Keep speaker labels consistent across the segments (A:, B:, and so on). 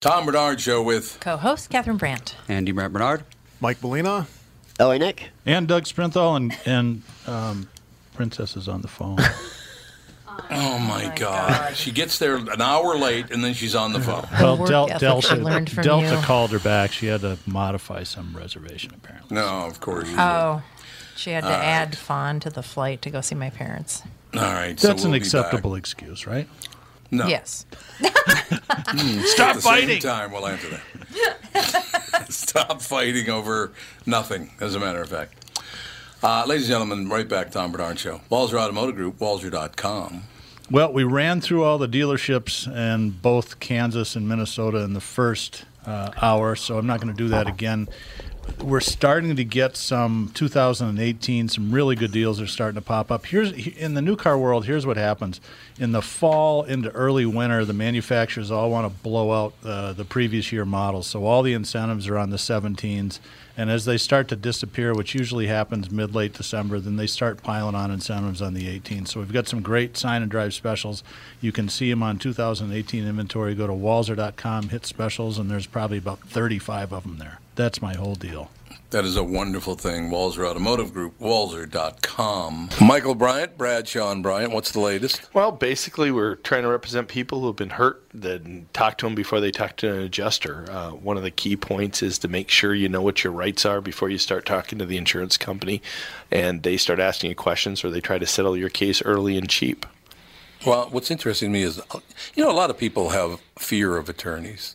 A: Tom Bernard Show with
B: co-host Catherine Brandt.
C: Andy Brad Bernard.
D: Mike Molina.
E: LA Nick.
F: And Doug Sprinthal and and um, Princess is on the phone.
A: Oh my, God. She gets there an hour late and then she's on the phone.
F: well,
B: work
F: Del-
B: ethic
F: Delta,
B: I learned from
F: Delta
B: you.
F: called her back. She had to modify some reservation apparently.
A: No, of course. you
B: Oh, she had to add Fawn to the flight to go see my parents.
A: would. All right.
F: That's
A: so we'll
F: an
A: be back.
F: acceptable excuse, right?
A: No.
B: Yes.
A: Hmm. At the same time, we'll answer that. Stop fighting over nothing, as a matter of fact. Uh, ladies and gentlemen, right back, Tom Bernard Show. Walzer Automotive Group, walzer.com.
F: Well, we ran through all the dealerships in both Kansas and Minnesota in the first uh, hour, so I'm not going to do that again. We're starting to get some 2018, some really good deals are starting to pop up. Here's in the new car world. Here's what happens in the fall into early winter. The manufacturers all want to blow out uh, the previous year models, so all the incentives are on the 17s. And as they start to disappear, which usually happens mid late December, then they start piling on incentives on the 18th. So we've got some great sign and drive specials. You can see them on 2018 inventory. Go to walzer.com, hit specials, and there's probably about 35 of them there. That's my whole deal.
A: That is a wonderful thing, Walzer Automotive Group, walzer.com. Michael Bryant, Brad Sean Bryant, what's the latest?
D: Well, basically, we're trying to represent people who have been hurt. Then talk to them before they talk to an adjuster. Uh, one of the key points is to make sure you know what your rights are before you start talking to the insurance company, and they start asking you questions or they try to settle your case early and cheap.
A: Well, what's interesting to me is, you know, a lot of people have fear of attorneys.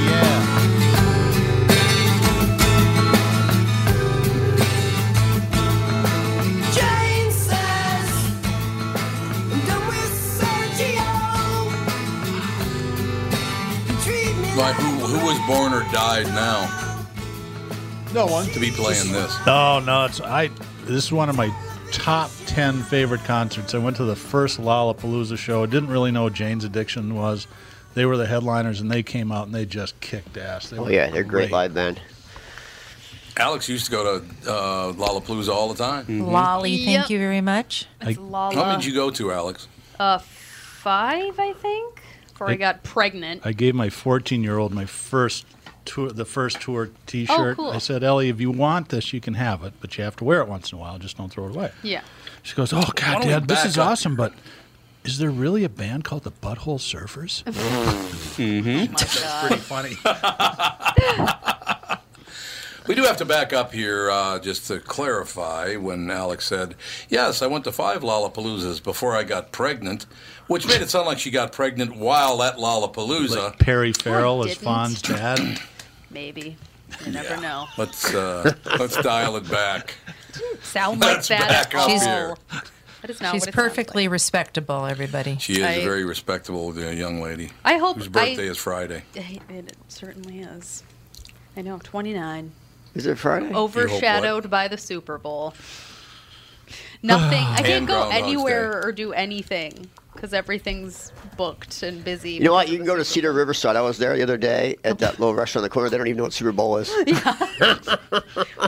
F: yeah.
G: Jane says, "Don't we, Sergio? You treat me
A: Like who, who was born or died now
F: No one.
A: to be playing this?
F: Oh no, it's I. This is one of my top ten favorite concerts. I went to the first Lollapalooza show. I didn't really know what Jane's Addiction was. They were the headliners, and they came out and they just kicked ass. They
E: Oh
F: were
E: yeah, they're a great live band.
A: Alex used to go to uh, Lollapalooza all the time.
F: Mm-hmm.
B: Lolly, thank
H: Yep.
B: you very much.
H: It's
A: How
H: Lala.
A: many did you go to, Alex?
H: uh, five, I think, before I
F: Hey.
H: got pregnant.
F: I gave my 14 year old my first tour, the first tour T-shirt.
H: Oh, cool.
F: I said, Ellie, if you want this, you can have it, but you have to wear it once in a while. Just don't throw it away.
H: yeah.
F: She goes, Oh God,
A: don't we
F: Dad, this
A: back
F: is
A: up
F: awesome, but is there really a band called the Butthole Surfers? Mm-hmm.
H: Oh my God.
F: Funny.
A: We do have to back up here uh, just to clarify when Alex said, Yes, I went to five Lollapaloozas before I got pregnant, which made it sound like she got pregnant while at Lollapalooza.
F: Like Perry Farrell is
H: didn't.
F: Fawn's dad.
H: Maybe. You never know.
A: Let's uh, let's dial it back.
H: Sound like
A: Let's
H: that at
A: back up
H: all.
A: here.
H: That is not what
B: She's
H: it sounds
B: perfectly respectable, everybody.
A: She is a
H: I-
A: very respectable uh, young lady.
H: I hope
A: whose birthday
H: I-
A: is Friday.
H: like. It it certainly is. I know, 29.
E: Is it Friday?
H: Overshadowed by the Super Bowl. Nothing. I can't
A: And
H: go
A: Groundhog's
H: anywhere or do anything because everything's booked and busy.
E: You know what? You can go to Cedar Riverside. I was there the other day at that little restaurant on the corner. They don't even know what Super Bowl is.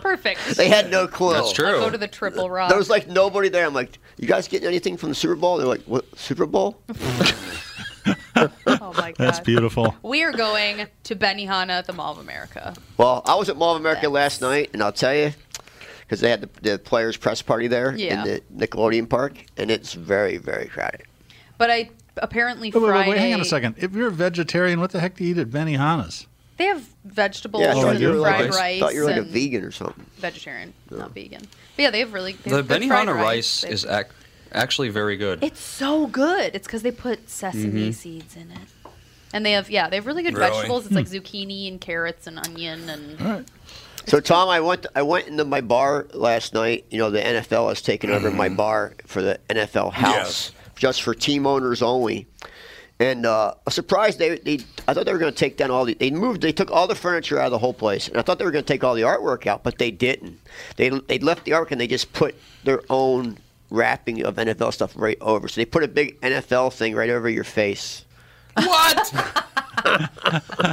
H: Perfect.
E: They had no clue.
C: That's true.
H: Go to the Triple Rock.
E: There was like nobody there. I'm like, you guys getting anything from the Super Bowl? They're like, what? Super Bowl?
H: oh my God.
F: That's beautiful.
H: We are going to Benihana at the Mall of America.
E: Well, I was at Mall of America last night, and I'll tell you, because they had the, the players' press party there
H: Yeah.
E: in the Nickelodeon Park, and it's very, very crowded.
H: But I apparently
F: Wait, wait,
H: Friday.
F: wait, hang on a second. If you're a vegetarian, what the heck do you eat at Benihana's?
H: They have vegetables
E: Yeah, I
F: Oh,
E: thought
H: and
E: you were
H: fried
E: like,
H: rice.
E: thought you were like a
H: and
E: vegan or something.
H: Vegetarian, not vegan. But yeah, they have really they
C: The
H: have good fried
C: Benihana rice
H: They-
C: is ac- actually very good.
H: It's so good. It's because they put sesame
E: Mm-hmm.
H: seeds in it. And they have yeah, they have really good
A: Really?
H: vegetables. It's like
F: Hmm.
H: zucchini and carrots and onion and
E: So Tom, I went I went into my bar last night. You know, the NFL has taken over
A: Mm-hmm.
E: my bar for the NFL house, just for team owners only. And uh, I was surprised they, they I thought they were going to take down all the they moved they took all the furniture out of the whole place, and I thought they were going to take all the artwork out, but they didn't. They they left the artwork and they just put their own wrapping of NFL stuff right over. So they put a big NFL thing right over your face.
A: What?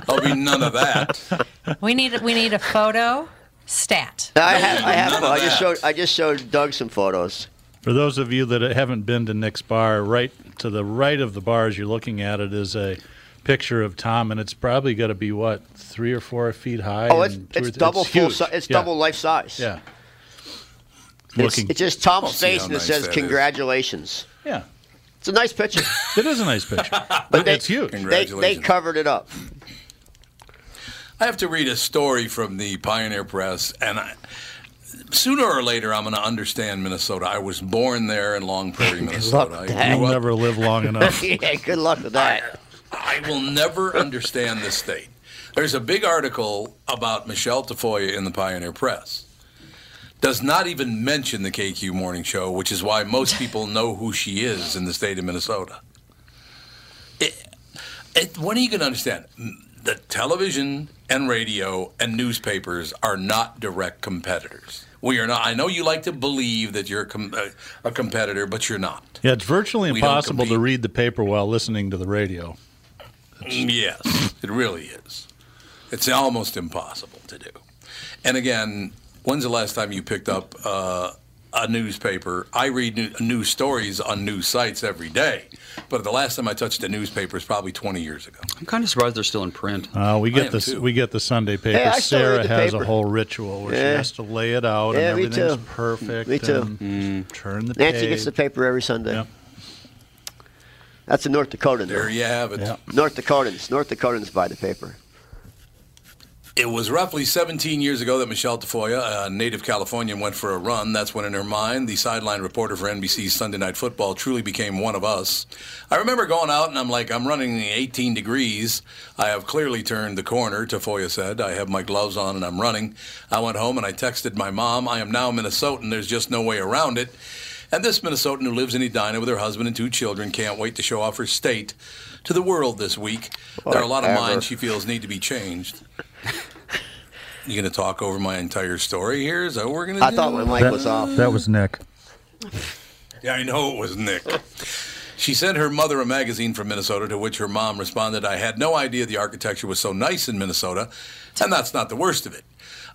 A: There'll be none of that.
B: We need we need a photo stat.
E: Now, I have,
A: none
E: I, have,
A: of
E: I
A: that.
E: just showed I just showed Doug some photos.
F: For those of you that haven't been to Nick's bar, right to the right of the bar as you're looking at it is a picture of Tom, and it's probably going to be what three or four feet high.
E: Oh, it's,
F: and two or
E: it's
F: th-
E: double full.
F: huge.
E: Si- it's
F: Yeah,
E: double life size.
F: Yeah,
E: It's,
F: looking.
E: it's just Tom's
A: see
E: face
A: how
E: and it
A: nice
E: says
A: that is.
E: congratulations.
F: yeah,
E: It's a nice picture.
F: it is a nice picture,
E: But they-
F: it's huge.
E: they,
A: Congratulations.
E: they covered it up.
A: I have to read a story from the Pioneer Press, and I, sooner or later, I'm going to understand Minnesota. I was born there in Long Prairie, Minnesota. I,
E: that.
A: grew
F: You'll
A: up-
F: never live long enough.
E: yeah, good luck with that.
A: I will never understand this state. There's a big article about Michelle Tafoya in the Pioneer Press. Does not even mention the KQ Morning Show, which is why most people know who she is in the state of Minnesota. It, it, when are you going to understand? The television and radio and newspapers are not direct competitors. We are not. I know you like to believe that you're a, com- uh, a competitor, but you're not.
F: Yeah, it's virtually
A: We don't
F: impossible to
A: compete.
F: read the paper while listening to the radio.
A: Mm, Yes, it really is. It's almost impossible to do. And again, when's the last time you picked up uh, a newspaper? I read new, news stories on news sites every day, but the last time I touched a newspaper is probably 20 years ago.
C: I'm kind of surprised they're still in print.
F: Uh, we
A: am
F: get this.
A: too.
F: We get the Sunday paper.
E: Hey, I still read
F: Sarah
E: the
F: has
E: paper.
F: a whole ritual where
E: Yeah.
F: she has to lay it out,
E: Yeah,
F: and
E: me
F: everything's
E: too.
F: perfect.
E: Me too.
F: and
A: Mm.
F: Turn the
E: Nancy
F: page.
E: gets the paper every Sunday.
F: Yep.
E: That's a North Dakotan.
A: There you have it.
F: Yeah.
E: North Dakotans. North Dakotans buy the paper.
A: It was roughly 17 years ago that Michelle Tafoya, a native Californian, went for a run. That's when, in her mind, the sideline reporter for NBC's Sunday Night Football truly became one of us. I remember going out and I'm like, I'm running 18 degrees. I have clearly turned the corner, Tafoya said. I have my gloves on and I'm running. I went home and I texted my mom, I am now Minnesotan. There's just no way around it. And this Minnesotan who lives in Edina with her husband and two children can't wait to show off her state to the world this week. There are a lot of
E: Whatever.
A: minds she feels need to be changed. You gonna talk over my entire story here? Is that what we're gonna
E: I
A: do?
E: thought my mic was off.
F: That was Nick.
A: Yeah, I know it was Nick. She sent her mother a magazine from Minnesota, to which her mom responded, I had no idea the architecture was so nice in Minnesota, and that's not the worst of it.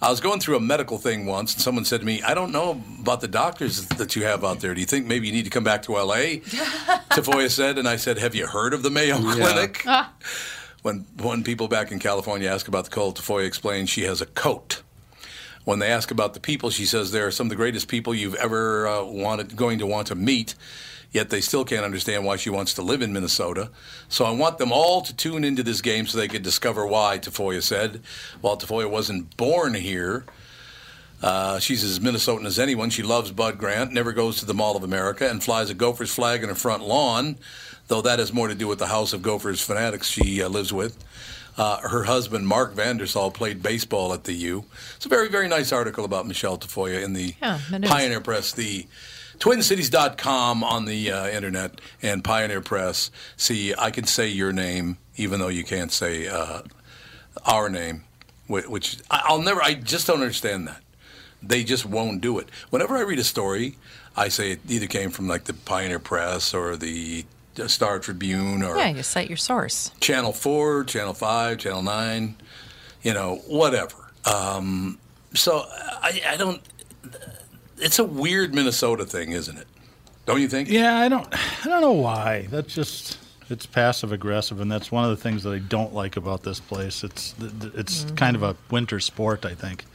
A: I was going through a medical thing once, and someone said to me, I don't know about the doctors that you have out there. Do you think maybe you need to come back to LA? Tafoya said, and I said, Have you heard of the Mayo Clinic?
H: Ah,
A: When, when people back in California ask about the cold, Tafoya explains she has a coat when they ask about the people, she says they are some of the greatest people you've ever uh, wanted going to want to meet. Yet they still can't understand why she wants to live in Minnesota. So I want them all to tune into this game so they could discover why. Tafoya said, while Tafoya wasn't born here, Uh, she's as Minnesotan as anyone. She loves Bud Grant, never goes to the Mall of America, and flies a Gophers flag in her front lawn, though that has more to do with the House of Gophers fanatics she uh, lives with. Uh, her husband, Mark Vandersall, played baseball at the U. It's a very, very nice article about Michelle Tafoya in the
B: Yeah, it is.
A: Pioneer Press, the twincities.com on the uh, internet, and Pioneer Press. See, I can say your name, even though you can't say uh, our name, whi- which I- I'll never, I just don't understand that. They just won't do it. Whenever I read a story, I say it either came from like the Pioneer Press or the uh, Star Tribune or
B: Yeah, you cite your source.
A: Channel 4, Channel 5, Channel 9, you know, whatever. Um, so I, I don't. It's a weird Minnesota thing, isn't it? Don't you think?
F: Yeah, I don't. I don't know why. That's just it's passive aggressive, and that's one of the things that I don't like about this place. It's th- th- it's
A: Mhm.
F: kind of a winter sport, I think.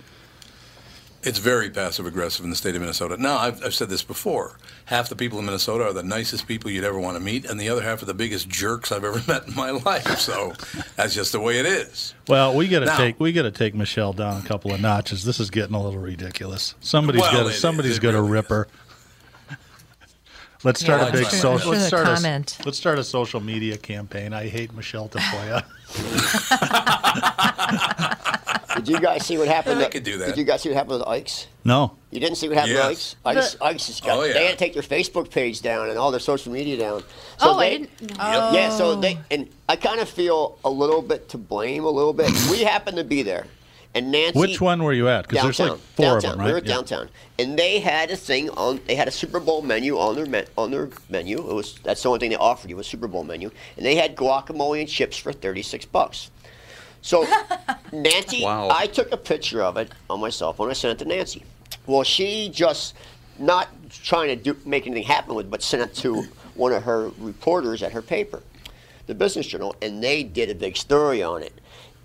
A: It's very passive aggressive in the state of Minnesota. Now, I've, I've said this before. Half the people in Minnesota are the nicest people you'd ever want to meet, and the other half are the biggest jerks I've ever met in my life. So that's just the way it is.
F: Well, we got to
A: Now-
F: take we got to take Michelle down a couple of notches. This is getting a little ridiculous. Somebody's
A: Well,
F: got
A: it
F: to
A: is.
F: somebody's
A: It
F: got to
A: really
F: rip her. Let's start
A: Yeah,
F: a big
A: that's
F: social.
A: true.
F: let's
A: Should
F: start a-
B: comment.
F: let's start a social media campaign. I hate Michelle Tafoya.
E: Did you guys see what happened?
F: I
E: to-
F: could do that.
E: Did you guys see what happened with Ike's?
F: no,
E: You didn't see what happened
F: Yes.
E: to Ike's? Ike's,
F: The-
E: Ike's just got,
F: Oh, yeah.
E: they had to take their Facebook page down and all their social media down.
H: Oh, I
E: they,
H: didn't know. Yep.
E: Yeah, so
H: Oh.
E: they, and I kind of feel a little bit to blame, a little bit. we happened to be there. And Nancy.
F: which one were you at? Because there's like four
E: downtown.
F: of them, right?
E: We were
F: Yeah.
E: downtown, and they had a thing on. They had a Super Bowl menu on their men, on their menu. It was that's the only thing they offered you was Super Bowl menu, and they had guacamole and chips for thirty six bucks. So, Nancy,
C: Wow.
E: I took a picture of it on my cell phone. I sent it to Nancy. Well, she just not trying to do, make anything happen with, it, but sent it to one of her reporters at her paper, the Business Journal, and they did a big story on it.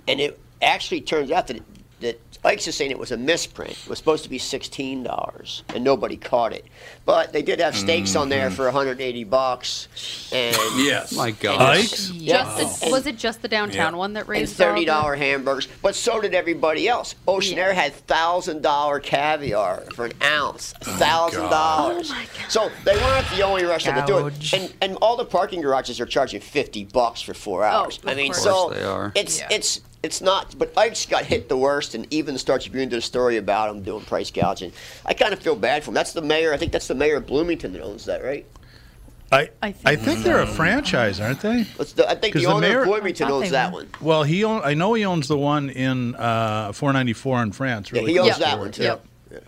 E: And it actually turns out that that Ike's is saying it was a misprint. It was supposed to be sixteen dollars, and nobody caught it. But they did have steaks on there
C: Mhm.
E: for 180 bucks. And
C: Yes. My God.
E: and-
C: Ike's?
E: Yeah.
H: Just the,
E: And-
H: was it just the downtown
E: Yeah.
H: one that
E: and
H: raised all
E: thirty dollar hamburgers, but so did everybody else. Ocean Air had thousand dollar caviar for an ounce,
F: Oh,
E: thousand dollars. So they weren't the only restaurant to do it, and and all the parking garages are charging fifty bucks for four hours.
C: of
E: I mean,
C: course.
E: so
C: Of course they are.
E: it's it's. It's not, but Ike's got hit the worst, and even the Star Tribune did a story about him doing price gouging. I kind of feel bad for him. That's the mayor. I think that's the mayor of Bloomington that owns that, right?
F: I
E: I
F: I
E: think
F: think, they're a franchise, aren't they?
E: It's the- I think
F: 'Cause
E: the
F: the
E: owner
F: mayor-
E: of Bloomington
F: I thought
E: owns
F: they
E: that
F: were.
E: one.
F: Well, he own, I know he owns the one in uh, 494 in France.
E: Yeah,
F: Really
E: he owns
F: close to
E: that
F: where-
E: one too.
F: yeah.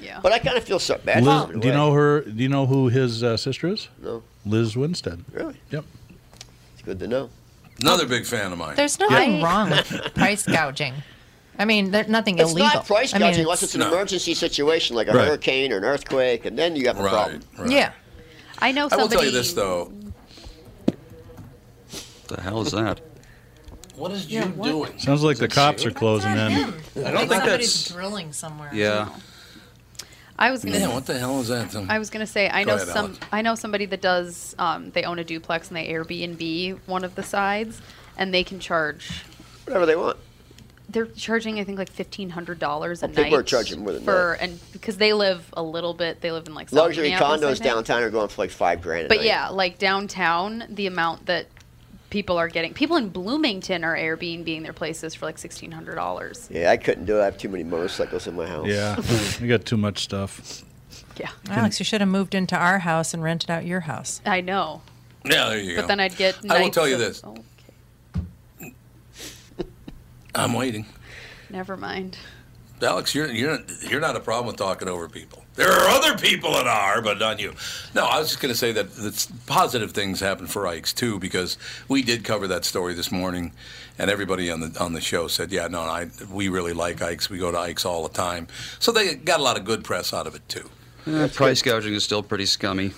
H: Yeah.
E: But I kind of feel so
F: Liz,
E: bad. for him in a
F: do you
E: way.
F: know her? Do you know who his uh, sister is?
E: No.
F: Liz Winstead.
E: Really?
F: Yep.
E: It's good to know.
A: Another big fan of mine.
B: There's nothing wrong with price gouging. I mean, there's nothing
E: It's
B: illegal.
E: not price
B: I
E: gouging
B: mean,
E: unless it's an
B: no.
E: emergency situation like a
A: Right.
E: hurricane or an earthquake, and then you have a problem.
B: Yeah.
H: I know
A: I will
H: somebody.
A: tell you this, though.
C: the hell is that?
A: What is
B: Yeah,
A: you
B: what?
A: doing?
F: Sounds like the cops are closing in.
A: I
B: Like
A: don't think
B: somebody's
A: that's.
B: drilling somewhere.
C: Yeah.
H: I was gonna.
A: Yeah, what the hell is that?
H: I was gonna say I
A: Go
H: know
A: ahead,
H: some.
A: Alex.
H: I know somebody that does. Um, they own a duplex and they Airbnb one of the sides, and they can charge.
E: Whatever they want.
H: They're charging, I think, like fifteen hundred dollars a
E: Well, people are
H: night
E: charging more than
H: for, and because they live a little bit, they live in like South
E: Luxury
H: Minneapolis, I
E: condos
H: think.
E: downtown are going for like five grand. a
H: But
E: night.
H: yeah, like downtown, the amount that people are getting, people in Bloomington are Airbnb their places for like sixteen hundred dollars.
E: yeah, I couldn't do it. I have too many motorcycles in my house.
F: Yeah, we got too much stuff.
H: Yeah.
B: Alex, you should have moved into our house and rented out your house.
H: I know.
A: Yeah, there you go.
H: But then I'd get.
A: I will
H: nights
A: tell you
H: of-
A: this.
H: Oh,
A: I'm waiting.
H: never mind.
A: Alex, you're you're not, you're not a problem with talking over people. There are other people that are, but not you. No, I was just going to say that that's positive things happen for Ike's too, because we did cover that story this morning, and everybody on the on the show said, yeah, no, I we really like Ike's. We go to Ike's all the time, so they got a lot of good press out of it too.
C: Eh, price gouging is still pretty scummy.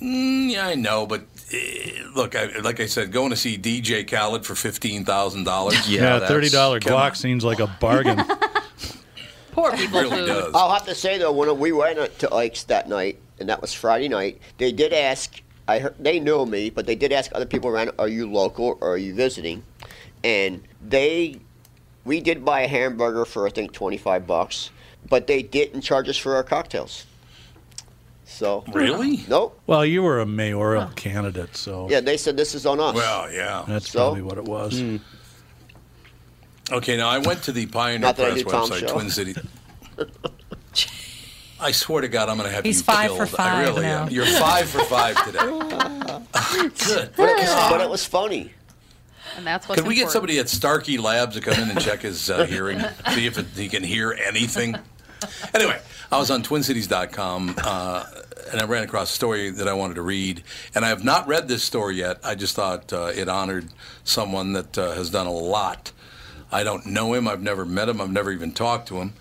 A: Mm, yeah, I know, but eh, look, I, like I said, going to see DJ Khaled for fifteen thousand dollars.
F: Yeah, thirty dollar Glock seems like a bargain.
H: Poor
A: people really food. does.
E: I'll have to say though, when we went to Ike's that night, and that was Friday night, they did ask. I heard they knew me, but they did ask other people around, "Are you local or are you visiting?" And they, we did buy a hamburger for I think twenty five bucks. but they didn't charge us for our cocktails. So
F: Really?
E: Nope.
F: Well, you were a mayoral candidate, so
E: Yeah, they said this is on us.
A: Well, Oh, yeah.
F: that's
E: So? Hmm.
F: probably what it was.
A: Okay, now I went to the Pioneer
E: Not that I
A: Press
E: do Tom's
A: website,
E: show.
A: Twin City. I swear to God, I'm going to have
B: He's
A: you
B: five
A: killed.
B: for
A: I
B: five
A: really
B: now.
A: am. You're five for five today. Good.
E: But it, was, but it was funny.
H: and that's what's
A: Could we get
H: important.
A: somebody at Starkey Labs to come in and check his uh, hearing, see if it, he can hear anything? Anyway, I was on twincities.com uh, and I ran across a story that I wanted to read. And I have not read this story yet. I just thought uh, it honored someone that uh, has done a lot. I don't know him, I've never met him, I've never even talked to him.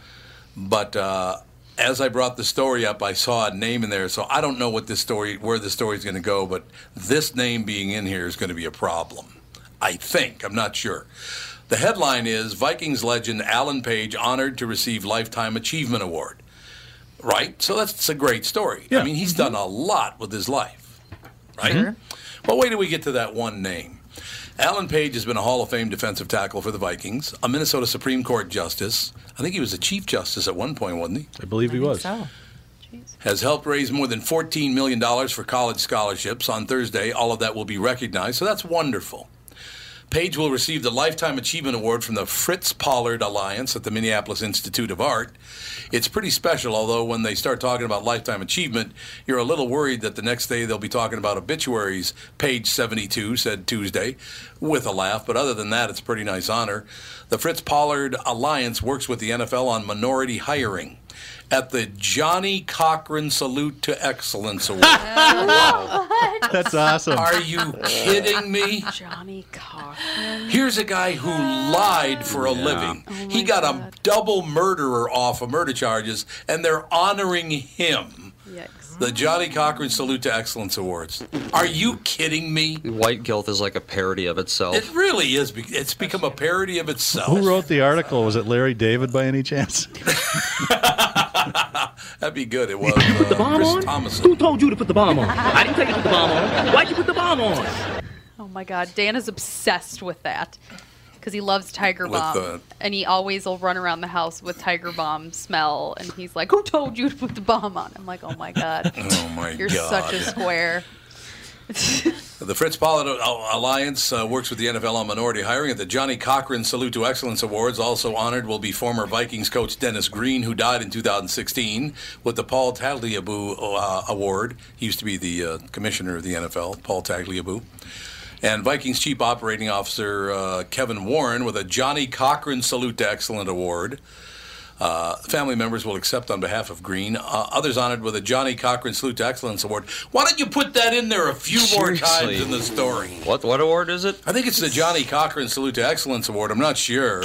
A: But uh, as I brought the story up, I saw a name in there, so I don't know what this story, where the story is going to go. But this name being in here is going to be a problem. I think I'm not sure. The headline is Vikings legend Alan Page honored to receive lifetime achievement award. Right, so that's a great story. I
F: Yeah.
A: mean, he's done a lot with his life, right? But wait till we get to that one name. Alan Page has been a Hall of Fame defensive tackle for the Vikings, a Minnesota Supreme Court justice. I think he was a chief justice at one point, wasn't he?
F: I believe he was.
B: So
A: Has helped raise more than $14 million for college scholarships. On Thursday, all of that will be recognized, so that's wonderful. Page will receive the Lifetime Achievement Award from the Fritz Pollard Alliance at the Minneapolis Institute of Art. It's pretty special, although when they start talking about lifetime achievement, you're a little worried that the next day they'll be talking about obituaries. Page 72 said Tuesday with a laugh, but other than that, it's a pretty nice honor. The Fritz Pollard Alliance works with the NFL on minority hiring. At the Johnny Cochran Salute to Excellence Award.
F: That's awesome.
A: Are you kidding me?
H: Johnny Cochran.
A: Here's a guy who lied for a living. he got a double murderer off of murder charges, and they're honoring him.
H: Yikes.
A: The Johnny Cochran Salute to Excellence Awards. Are you kidding me?
C: White guilt is like a parody of itself.
A: It really is. be- It's become a parody of itself.
F: Who wrote the article? Was it Larry David by any chance?
A: That'd be good. It was uh, Chris Thomason.
I: told you to put the bomb on? I didn't tell you to put the bomb on. Why'd you put the bomb on?
H: Oh my God, Dan is obsessed with that because he loves Tiger
A: With
H: Bomb,
A: the-
H: and he always will run around the house with Tiger Bomb smell, and he's like, "Who told you to put the bomb on?" I'm like, "Oh my God,
A: Oh my
H: you're
A: God.
H: such a square."
A: The Fritz Pollard Al- Alliance uh, works with the NFL on minority hiring. At the Johnny Cochran Salute to Excellence Awards, also honored will be former Vikings coach Dennis Green, who died in 2016, with the Paul Tagliabue uh, Award. He used to be the uh, commissioner of the NFL, Paul Tagliabue. And Vikings Chief Operating Officer uh, Kevin Warren with a Johnny Cochran Salute to Excellent Award. Uh, family members will accept on behalf of Green. Uh, others honored with a Johnny Cochran Salute to Excellence Award. Why don't you put that in there a few more times
C: Seriously.
A: in the story?
C: What what award is it?
A: I think it's the Johnny Cochran Salute to Excellence Award. I'm not sure.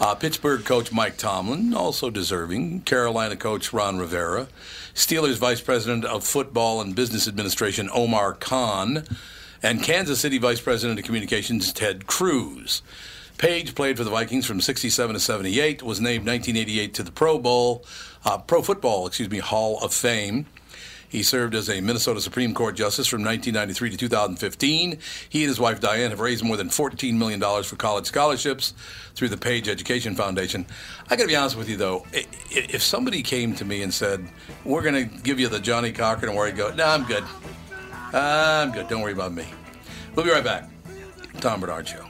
A: Uh, Pittsburgh coach Mike Tomlin, also deserving. Carolina coach Ron Rivera. Steelers vice president of football and business administration Omar Khan. And Kansas City vice president of communications Ted Cruz. Page played for the Vikings from 67 to 78, was named 1988 to the Pro Bowl, uh, Pro Football, excuse me, Hall of Fame. He served as a Minnesota Supreme Court justice from 1993 to 2015. He and his wife Diane have raised more than 14 million dollars for college scholarships through the Page Education Foundation. I got to be honest with you though, i- i- if somebody came to me and said, "We're going to give you the Johnny Cochran Award," I'd go, "No, I'm good. I'm good. Don't worry about me." We'll be right back. Tom Bernard Show.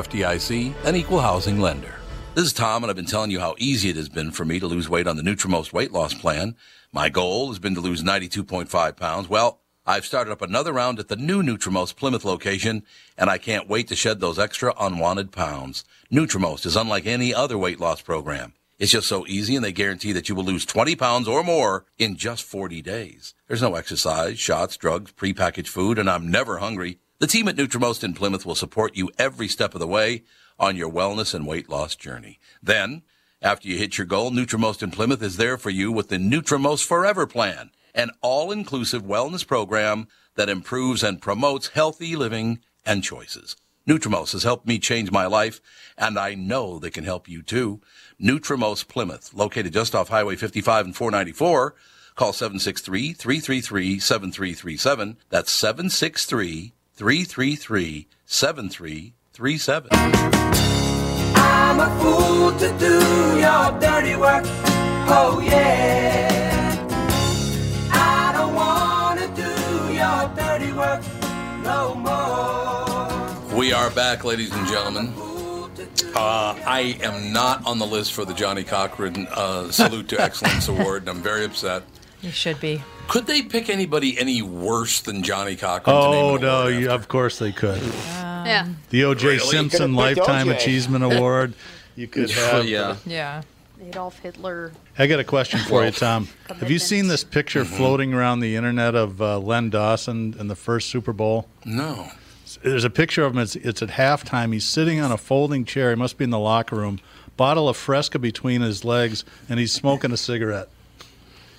A: FDIC, an equal housing lender. This is Tom, and I've been telling you how easy it has been for me to lose weight on the Nutrimost weight loss plan. My goal has been to lose 92.5 pounds. Well, I've started up another round at the new Nutrimost Plymouth location, and I can't wait to shed those extra unwanted pounds. Nutrimost is unlike any other weight loss program. It's just so easy, and they guarantee that you will lose 20 pounds or more in just 40 days. There's no exercise, shots, drugs, prepackaged food, and I'm never hungry. The team at Nutrimost in Plymouth will support you every step of the way on your wellness and weight loss journey. Then,
J: After you hit your goal, Nutrimost in Plymouth is there for you with the Nutrimost Forever Plan, an all-inclusive wellness program that improves and promotes healthy living and choices. Nutrimost has helped me change my life, and I know they can help you too. Nutrimost Plymouth, located just off Highway 55 and 494. Call 763-333-7337. That's 763-333-7337.
G: I'm a fool to do your dirty work. Oh yeah. I don't wanna do your dirty work no more.
A: We are back, ladies and gentlemen. Uh, I am not on the list for the Johnny Cochran uh, Salute to Excellence Award, and I'm very upset.
B: You should be.
A: Could they pick anybody any worse than Johnny Cochran? to name
F: Oh
A: an
F: no! You, of course they could.
B: yeah.
F: The O.J.
A: Really?
F: Simpson
A: You could've picked
F: Lifetime
A: O.J.
F: Achievement Award. You could have.
B: Yeah.
H: Adolf Hitler.
F: I got a question for you, Tom. Have you seen this picture
A: Mm-hmm.
F: floating around the internet of uh, Len Dawson in the first Super Bowl?
A: No.
F: There's a picture of him. It's, it's at halftime. He's sitting on a folding chair. He must be in the locker room. Bottle of Fresca between his legs, and he's smoking a cigarette.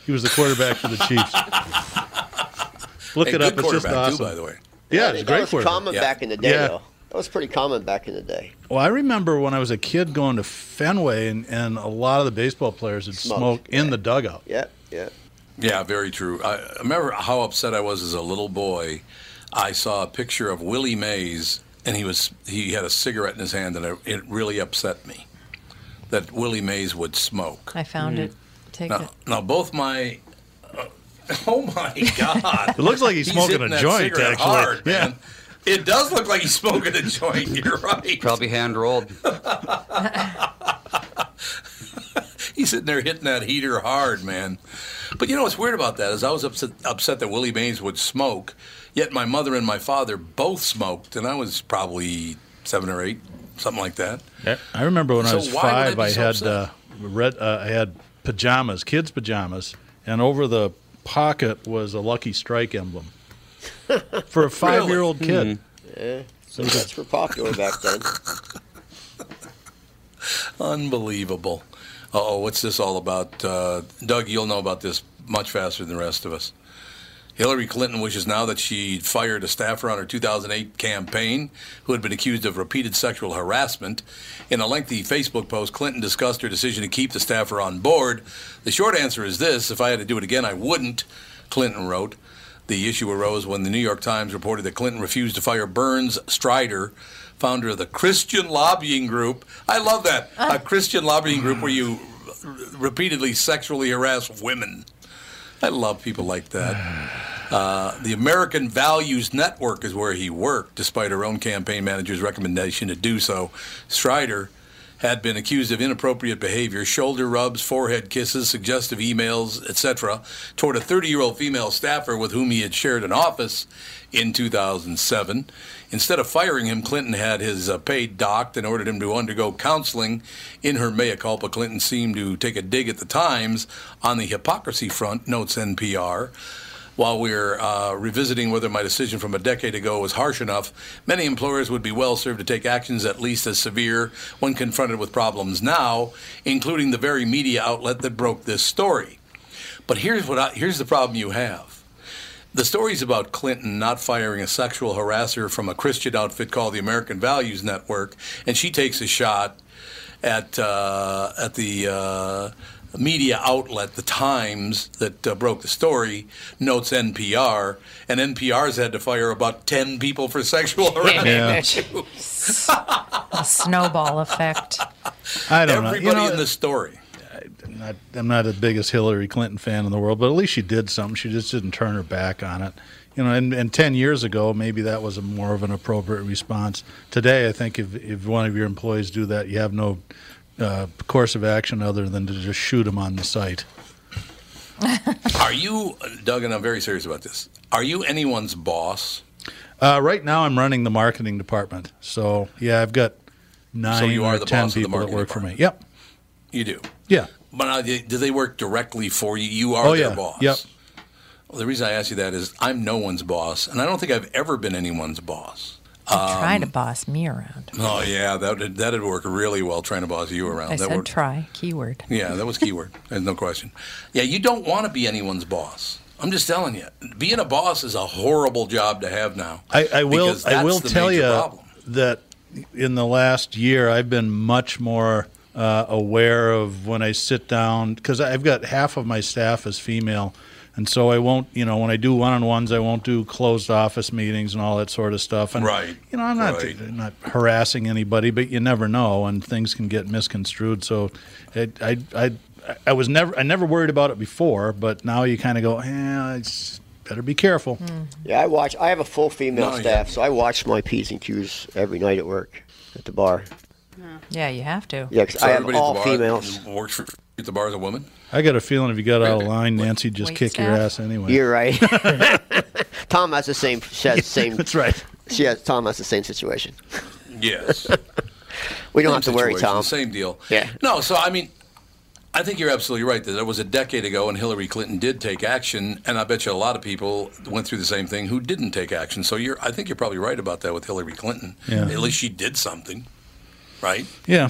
F: He was the quarterback for the Chiefs. Look
A: Hey,
F: it up.
A: good
F: It's just
A: quarterback, too,
F: awesome.
A: by the way.
F: Yeah, it's a
E: that
F: great
E: was
F: quarterback.
E: common
F: Yeah.
E: back in the day,
F: Yeah.
E: though. That was pretty common back in the day.
F: Well, I remember when I was a kid going to Fenway, and, and a lot of the baseball players would
E: Smoked,
F: smoke in the dugout.
E: Yeah, yeah.
A: Yeah, very true. I I remember how upset I was as a little boy. I saw a picture of Willie Mays, and he was he had a cigarette in his hand, and it, it really upset me that Willie Mays would smoke.
B: I found it. Take
A: now,
B: it.
A: now both my uh, oh my god!
F: It looks like he's smoking
A: hitting
F: a
A: that
F: joint,
A: cigarette
F: actually.
A: Hard,
F: Yeah.
A: man. It does look like he's smoking a joint. You're right.
C: Probably hand rolled.
A: He's sitting there hitting that heater hard, man. But you know what's weird about that is I was upset, upset that Willie Mays would smoke, yet my mother and my father both smoked, and I was probably seven or eight, something like that.
F: I remember when I
A: So
F: was
A: why would I
F: five,
A: be
F: I
A: so
F: had
A: upset?
F: uh, red, uh, I had pajamas, kids' pajamas, and over the pocket was a Lucky Strike emblem for a five-year-old kid.
A: Hmm.
E: Yeah. Cigarettes were popular back then.
A: Unbelievable. Uh oh, what's this all about? Uh, Doug, you'll know about this much faster than the rest of us. Hillary Clinton wishes now that she fired a staffer on her 2008 campaign who had been accused of repeated sexual harassment. In a lengthy Facebook post, Clinton discussed her decision to keep the staffer on board. The short answer is this if I had to do it again, I wouldn't, Clinton wrote. The issue arose when the New York Times reported that Clinton refused to fire Burns Strider, founder of the Christian Lobbying Group. I love that. A Christian lobbying group where you r- repeatedly sexually harass women. I love people like that. Uh, the American Values Network is where he worked, despite her own campaign manager's recommendation to do so. Strider had been accused of inappropriate behavior, shoulder rubs, forehead kisses, suggestive emails, etc., toward a 30 year old female staffer with whom he had shared an office in 2007. Instead of firing him, Clinton had his uh, pay docked and ordered him to undergo counseling. In her mea culpa, Clinton seemed to take a dig at the Times on the hypocrisy front, notes NPR. While we're uh, revisiting whether my decision from a decade ago was harsh enough, many employers would be well served to take actions at least as severe when confronted with problems now, including the very media outlet that broke this story. But here's what I, here's the problem you have. The stories about Clinton not firing a sexual harasser from a Christian outfit called the American Values Network, and she takes a shot at uh, at the uh, media outlet, The Times, that uh, broke the story, notes NPR, and NPR's had to fire about ten people for sexual harassment.
B: A snowball effect.
A: Um,
F: I don't
A: Hmm. Everybody
F: know. You know,
A: in the story.
F: not, I'm not the biggest Hillary Clinton fan in the world, but at least she did something. She just didn't turn her back on it. You know, and, and 10 years ago, maybe that was a more of an appropriate response. Today, I think if, if one of your employees do that, you have no uh, course of action other than to just shoot them on the site.
A: Are you, Doug, and I'm very serious about this, are you anyone's boss?
F: Uh, right now, I'm running the marketing department. So, yeah, I've got nine
A: So you are
F: or
A: the
F: 10
A: boss of the
F: people that
A: marketing
F: work for me. Yep.
A: You do.
F: Yeah.
A: But now, do do they work directly for you? You are
F: oh,
A: their
F: yeah.
A: boss.
F: Yep.
A: Well, the reason I ask you that is I'm no one's boss, and I don't think I've ever been anyone's boss.
B: try to boss me around.
A: Oh yeah, that would that'd work really well trying to boss you around.
B: I
A: that
B: said
A: worked.
B: try keyword.
A: Yeah, that was keyword. There's no question. Yeah, you don't want to be anyone's boss. I'm just telling you, being a boss is a horrible job to have now.
F: I, I will.
A: Because
F: I
A: that's
F: will
A: the
F: tell
A: major
F: you
A: problem.
F: that in the last year, I've been much more uh, aware of when I sit down because I've got half of my staff is female, and so I won't. You know, when I do one-on-ones, I won't do closed office meetings and all that sort of stuff. And
A: Right.
F: You know, I'm not not harassing anybody, but you never know, and things can get misconstrued. So, it, I, I, I was never, I never worried about it before, but now you kind of go, eh, it's better be careful.
E: Yeah, I watch. I have a full female
F: No, yeah.
E: staff, so I watch my p's and q's every night at work at the bar.
B: Yeah, you have to.
E: Yeah, 'cause I have
A: everybody at the
E: all
A: bar
E: females.
A: Works for, at the bar as a woman.
F: I got a feeling if you got out of line, Nancy just
E: Wait
F: kick your
E: staff?
F: ass anyway.
E: You're right. Tom has the same. She has the same. That's
F: right.
E: She has Tom has the same situation.
A: Yes.
E: We don't
A: Same
E: have to worry,
A: situation,
E: Tom.
A: Same deal.
E: Yeah.
A: No, so I mean, I think you're absolutely right that that was a decade ago, and Hillary Clinton did take action, and I bet you a lot of people went through the same thing who didn't take action. So you're, I think you're probably right about that with Hillary Clinton.
F: Yeah.
A: At least she did something, right?
F: Yeah.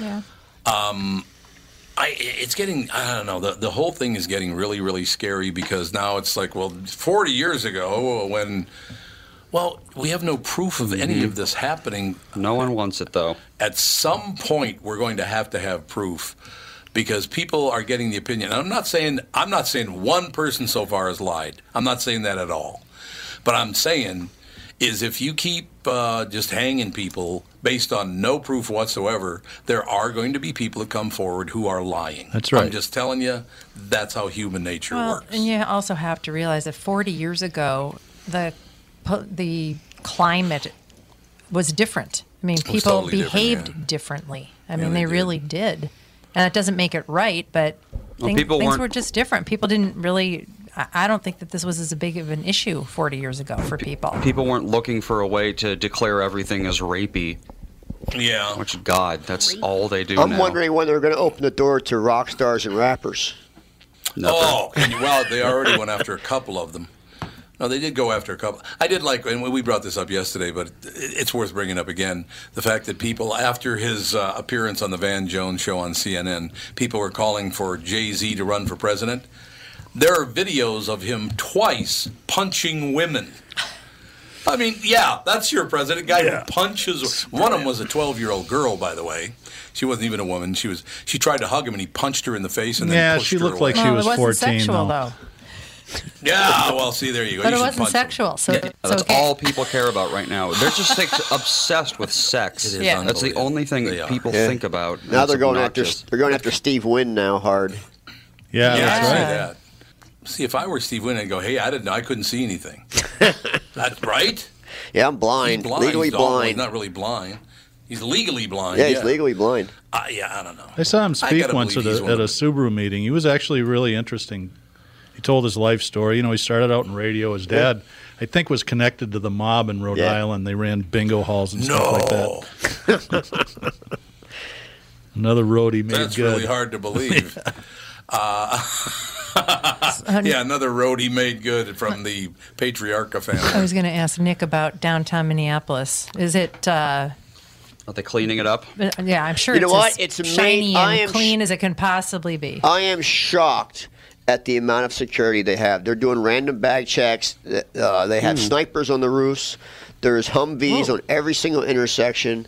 B: Yeah.
A: Um, I it's getting I don't know the the whole thing is getting really really scary because now it's like well 40 years ago when well we have no proof of any of this happening.
C: Mm-hmm. No one wants it though.
A: At some point we're going to have to have proof because people are getting the opinion. And I'm not saying I'm not saying one person so far has lied. I'm not saying that at all. But I'm saying is if you keep uh, just hanging people based on no proof whatsoever, there are going to be people that come forward who are lying.
F: That's right.
A: I'm just telling you, that's how human nature
B: well,
A: works.
B: and you also have to realize that 40 years ago, the po- the climate was different. I mean,
K: It was
B: people
K: totally different,
B: behaved
K: yeah.
B: differently. I
K: Yeah,
B: mean,
K: they
B: they, really did, and it doesn't make it right, but
C: Well,
B: thing-
C: people
B: things
C: weren't-
B: were just different. People didn't really. I I don't think that this was as big of an issue 40 years ago for people.
C: People weren't looking for a way to declare everything as rapey.
A: Yeah.
C: Which God, that's all they do
E: I'm
C: now.
E: wondering when they're going to open the door to rock stars and rappers.
A: Oh, and, well, they already went after a couple of them. No, they did go after a couple. I did like, and we brought this up yesterday, but it- it's worth bringing up again. The fact that people, after his uh, appearance on the Van Jones show on CNN, people were calling for Jay Z to run for president. There are videos of him twice punching women. I mean, yeah, that's your president. Guy who punches. One of them was a 12 year old girl, by the way. She wasn't even a woman. She was. She tried to hug him, and he punched her in the face, and
F: Yeah,
A: then pushed
F: she
A: her
F: looked like
A: away.
F: she
B: well,
F: was
B: it wasn't
F: 14
B: sexual
F: though.
B: though,
A: Yeah, well, see, there you go.
B: but
C: you
B: it
C: should
B: wasn't
C: punch him.
B: sexual, so
C: Yeah,
B: it's
C: that's
B: okay.
C: all people care about right now. They're just like, obsessed with sex.
B: is Yeah.
C: That's the only thing that people
E: Yeah.
C: think about.
E: Now
C: It's
E: they're going
C: obnoxious.
E: after they're going after Steve Wynn now hard.
F: Yeah,
A: I see that. See, if I were Steve Wynn, I'd go, "Hey, I didn't, know. I couldn't see anything." That's right.
E: Yeah, I'm blind,
A: He's blind.
E: legally
A: He's all- well,
E: blind.
A: He's not really blind. He's legally blind.
E: yeah, he's legally blind.
A: Uh, yeah, I don't know.
F: I saw him
A: I
F: speak
A: gotta
F: once at
A: believe he's
F: a,
A: one of
F: at a Subaru meeting. He was actually really interesting. He told his life story. You know, he started out in radio. His
A: Yeah.
F: dad, I think, was connected to the mob in Rhode
A: Yeah.
F: Island. They ran bingo halls and
A: No.
F: stuff like that. Another roadie made
A: That's
F: good.
A: really hard to believe. Uh, yeah, another road he made good from the Patriarcha
B: I
A: family.
B: was going to ask Nick about downtown Minneapolis. Is it? Uh,
C: Are they cleaning it up?
B: yeah, I'm sure
E: You know
B: it's
E: what?
B: as
E: It's ama-
B: shiny
E: I
B: and
E: am sh-
B: clean as it can possibly be.
E: I am shocked at the amount of security they have. They're doing random bag checks. Uh, they have
L: Hmm.
E: snipers on the roofs. There's Humvees on every single intersection.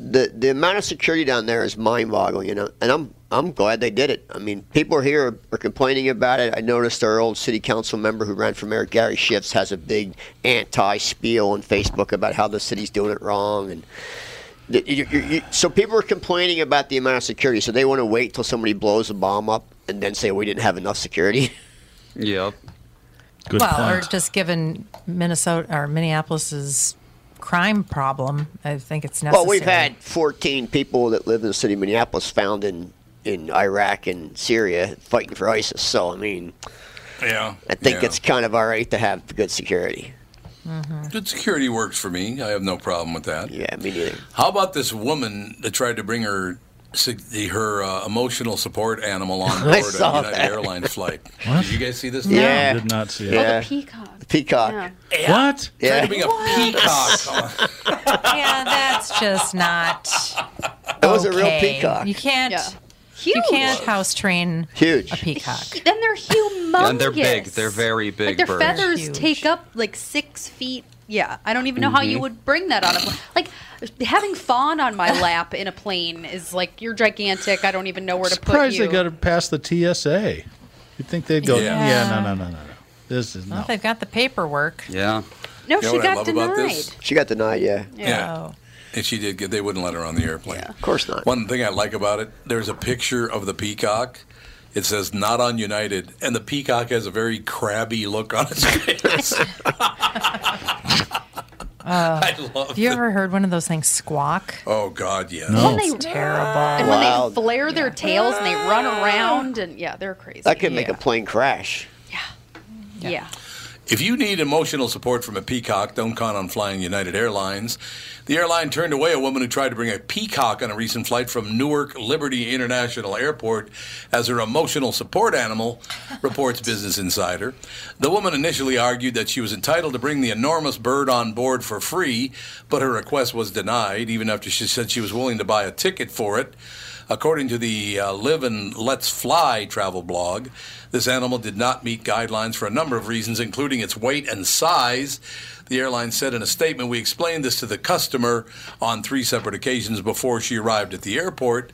E: The the amount of security down there is mind boggling, you know. And I'm I'm glad they did it. I mean, people here are complaining about it. I noticed our old city council member who ran for mayor, Gary Schiffs, has a big anti spiel on Facebook about how the city's doing it wrong and. The- you- you- you- so people are complaining about the amount of security, so they want to wait till somebody blows a bomb up and then say we didn't have enough security.
C: Yep.
B: well, or just given Minnesota or Minneapolis's crime problem, I think it's necessary.
E: Well, we've had 14 people that live in the city of Minneapolis found in in Iraq and Syria fighting for ISIS. So I mean,
A: Yeah,
E: I think
A: yeah.
E: it's kind of all right to have good security.
A: Good security works for me. I have no problem with that. Yeah,
E: me neither.
A: How about this woman that tried to bring her sig- the, her uh, emotional support animal on
E: I
A: board a
E: saw
A: United
E: that.
A: Airlines flight.
E: What?
A: Did you guys see this?
E: Yeah.
F: Did not see
E: it. Oh, the Yeah.
H: peacock.
E: Peacock.
F: What?
E: Yeah.
A: Trying to be a peacock.
B: yeah, that's just not.
E: That was a real
B: okay.
E: peacock.
B: You can't. You can't house train
E: Huge.
B: a peacock.
H: Then they're humongous.
C: and they're big. They're very big
H: Like their
C: birds.
H: feathers take up like six feet. Yeah, I don't even know how you
C: Mhm.
H: would bring that on a plane. Like having fawn on my lap in a plane is like you're gigantic. I don't even know where to put
F: Surprised
H: you.
F: they got to pass the TSA. You'd think they'd go,
B: Yeah.
F: yeah, no, no, no, no, no. This is
B: Well,
F: no.
B: if they've got the paperwork.
C: Yeah.
H: No,
A: You know she what I got love about this? denied.
E: She got denied. Yeah.
A: Yeah. And she did get, they wouldn't let her on the airplane.
E: Of course not.
A: One thing I like about it, there's a picture of the peacock. It says not on United, and the peacock has a very crabby look on its face.
B: Uh,
A: I love
B: have you ever heard one of those things squawk?
A: Oh, God, yes.
B: No. It's terrible.
H: And when
E: Wow.
H: they flare their tails and they run around and yeah, they're crazy.
E: That could make a plane crash.
H: yeah.
A: If you need emotional support from a peacock, don't count on flying United Airlines. The airline turned away a woman who tried to bring a peacock on a recent flight from Newark Liberty International Airport as her emotional support animal, reports Business Insider. The woman initially argued that she was entitled to bring the enormous bird on board for free, but her request was denied, even after she said she was willing to buy a ticket for it. According to the uh, Live and Let's Fly travel blog, this animal did not meet guidelines for a number of reasons, including its weight and size. The airline said in a statement, We explained this to the customer on three separate occasions before she arrived at the airport.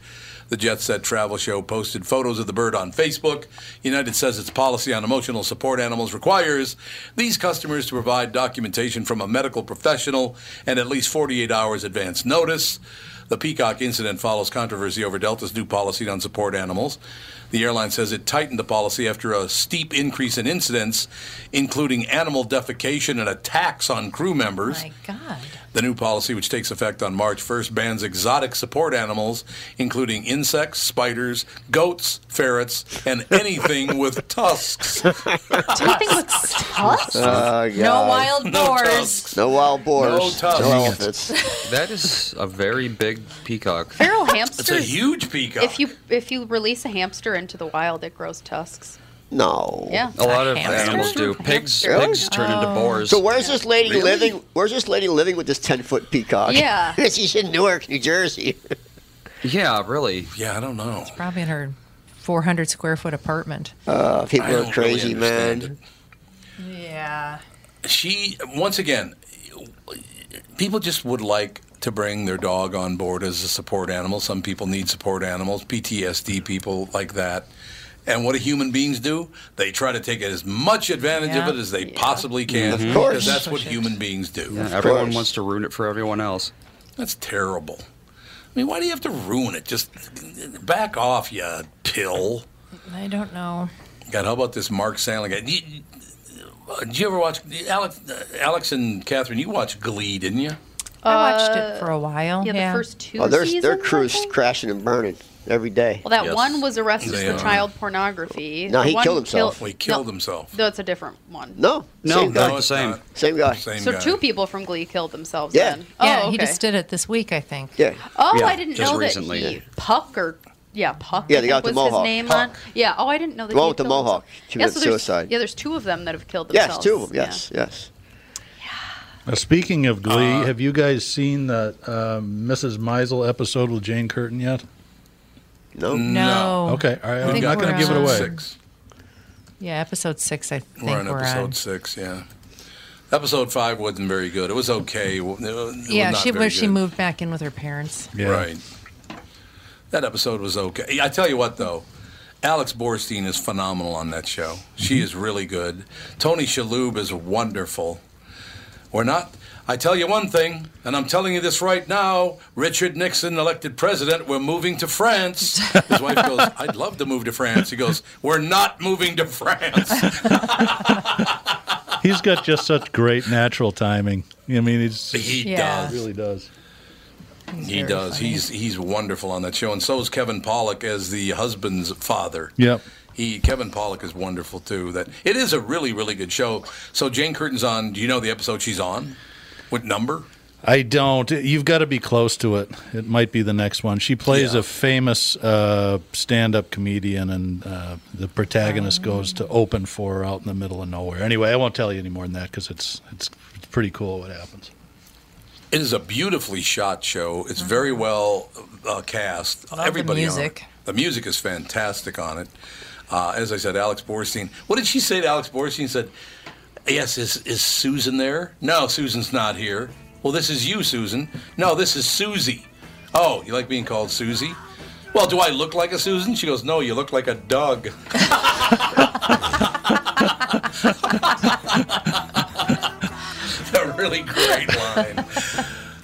A: The Jet Set Travel Show posted photos of the bird on Facebook. United says its policy on emotional support animals requires these customers to provide documentation from a medical professional and at least 48 hours advance notice. The peacock incident follows controversy over Delta's new policy on support animals. The airline says it tightened the policy after a steep increase in incidents, including animal defecation and attacks on crew members.
B: My God.
A: The new policy, which takes effect on March 1st, bans exotic support animals, including insects, spiders, goats, ferrets, and anything with tusks.
H: Anything with tusks?
E: Oh,
B: No
E: God.
B: wild
A: No
B: boars.
E: No wild boars.
A: No tusks.
E: elephants.
C: That is a very big peacock.
H: Feral
A: It's a
H: hamsters.
A: huge peacock.
H: if you if you release a hamster into the wild, it grows tusks.
E: No.
H: Yeah.
C: A lot of
B: Hamster?
C: animals do. Pigs,
E: Really?
C: pigs turn into
H: Oh.
C: boars.
E: So where's this lady
C: Really?
E: living? Where's this lady living with this ten foot peacock?
H: Yeah.
E: she's in Newark, New Jersey.
C: Yeah, really.
A: yeah, I don't know.
B: Probably in her 400 square foot apartment.
E: Uh,
A: I
E: people
A: don't
E: are
A: really
E: crazy,
A: understand
E: man.
B: Yeah.
A: she once again people just would like to bring their dog on board as a support animal some people need support animals ptsd people like that and what do human beings do they try to take as much advantage
B: Yeah.
A: of it as they possibly can
E: Of
A: because
E: course.
A: that's what human beings do
C: Yeah, everyone
E: course.
C: wants to ruin it for everyone else.
A: that's terrible i mean why do you have to ruin it just back off you pill
B: I don't know.
A: God, how about this Mark Sandlin guy? Did you, uh, did you ever watch Alex, uh, Alex and Catherine? You watched Glee, didn't you?
B: I watched it for a while.
H: Uh, Yeah,
B: Yeah,
H: the first two
E: Oh, they're
H: seasons.
E: they're
H: I
E: crews
H: think?
E: crashing and burning every day.
H: Well, that
C: Yes.
H: one was arrested
A: They
H: for
A: are.
H: child pornography.
E: No,
H: The
E: he
H: one
E: killed himself.
A: Well, he
H: no,
A: killed himself.
H: No, it's a different one.
E: No,
C: No,
E: same
C: no,
E: guy.
C: the
A: it's
C: same.
A: not.
E: Same guy.
A: Same
H: So
A: guy.
H: two people from Glee killed themselves.
E: Yeah.
H: Then.
B: yeah
H: oh,
B: he
H: okay.
B: just did it this week, I think.
E: Yeah.
H: Oh,
C: Yeah,
H: I didn't
C: just
H: know that
C: recently.
H: he Puck or yeah Puck.
E: Yeah,
H: I
E: they got
H: think
E: the
H: was
E: mohawk.
H: His name
E: Puck.
H: on. Yeah. Oh, I didn't know that.
E: The one
H: he
E: with the
H: killed himself.
E: mohawk committed
H: yeah, so there's-
E: suicide.
H: Yeah, there's two of them that have killed
E: Yes,
H: themselves.
E: two of them. Yes, yes.
F: Now, speaking of Glee, have you guys seen the uh, Mrs. Meisel episode with Jane Curtin yet?
E: No.
B: No.
F: Okay, all right,
B: I
F: I'm
B: think
F: not going to
B: we're
F: give it
B: on-
F: away.
A: Six.
B: Yeah, episode six, I think
A: We're on
B: we're
A: episode
B: on.
A: six. Yeah. Episode five wasn't very good. It was okay. It wa- it was
B: Yeah,
A: not
B: she
A: very
B: was. She
A: good.
B: moved back in with her parents.
F: Yeah.
A: Right. That episode was okay. I tell you what, though, Alex Borstein is phenomenal on that show. She is really good. Tony Shalhoub is wonderful. We're not. I tell you one thing, and I'm telling you this right now: Richard Nixon elected president. We're moving to France. His wife goes, "I'd love to move to France." He goes, "We're not moving to France."
F: He's got just such great natural timing. I mean, he's, he
A: He
B: Yeah.
A: does.
F: Oh, really does.
A: He does. He's he's wonderful on that show, and so is Kevin Pollock as the husband's father.
F: Yep.
A: He Kevin Pollock is wonderful too. That it is a really really good show. So Jane Curtin's on. Do you know the episode she's on? What number?
F: I don't. You've got to be close to it. It might be the next one. She plays a famous uh, stand-up comedian, and uh, the protagonist
B: Oh.
F: goes to open for her out in the middle of nowhere. Anyway, I won't tell you any more than that because it's it's it's pretty cool what happens.
A: It is a beautifully shot show. It's very well uh, cast.
B: Mm-hmm. Love the
A: Everybody
B: music.
A: on it. The music is fantastic on it. Uh, as I said, Alex Borstein. What did she say to Alex Borstein? Said, "Yes, is is Susan there? No, Susan's not here. Well, this is you, Susan. No, this is Susie. Oh, you like being called Susie? Well, do I look like a Susan? She goes, No, you look like a dog. a really great line.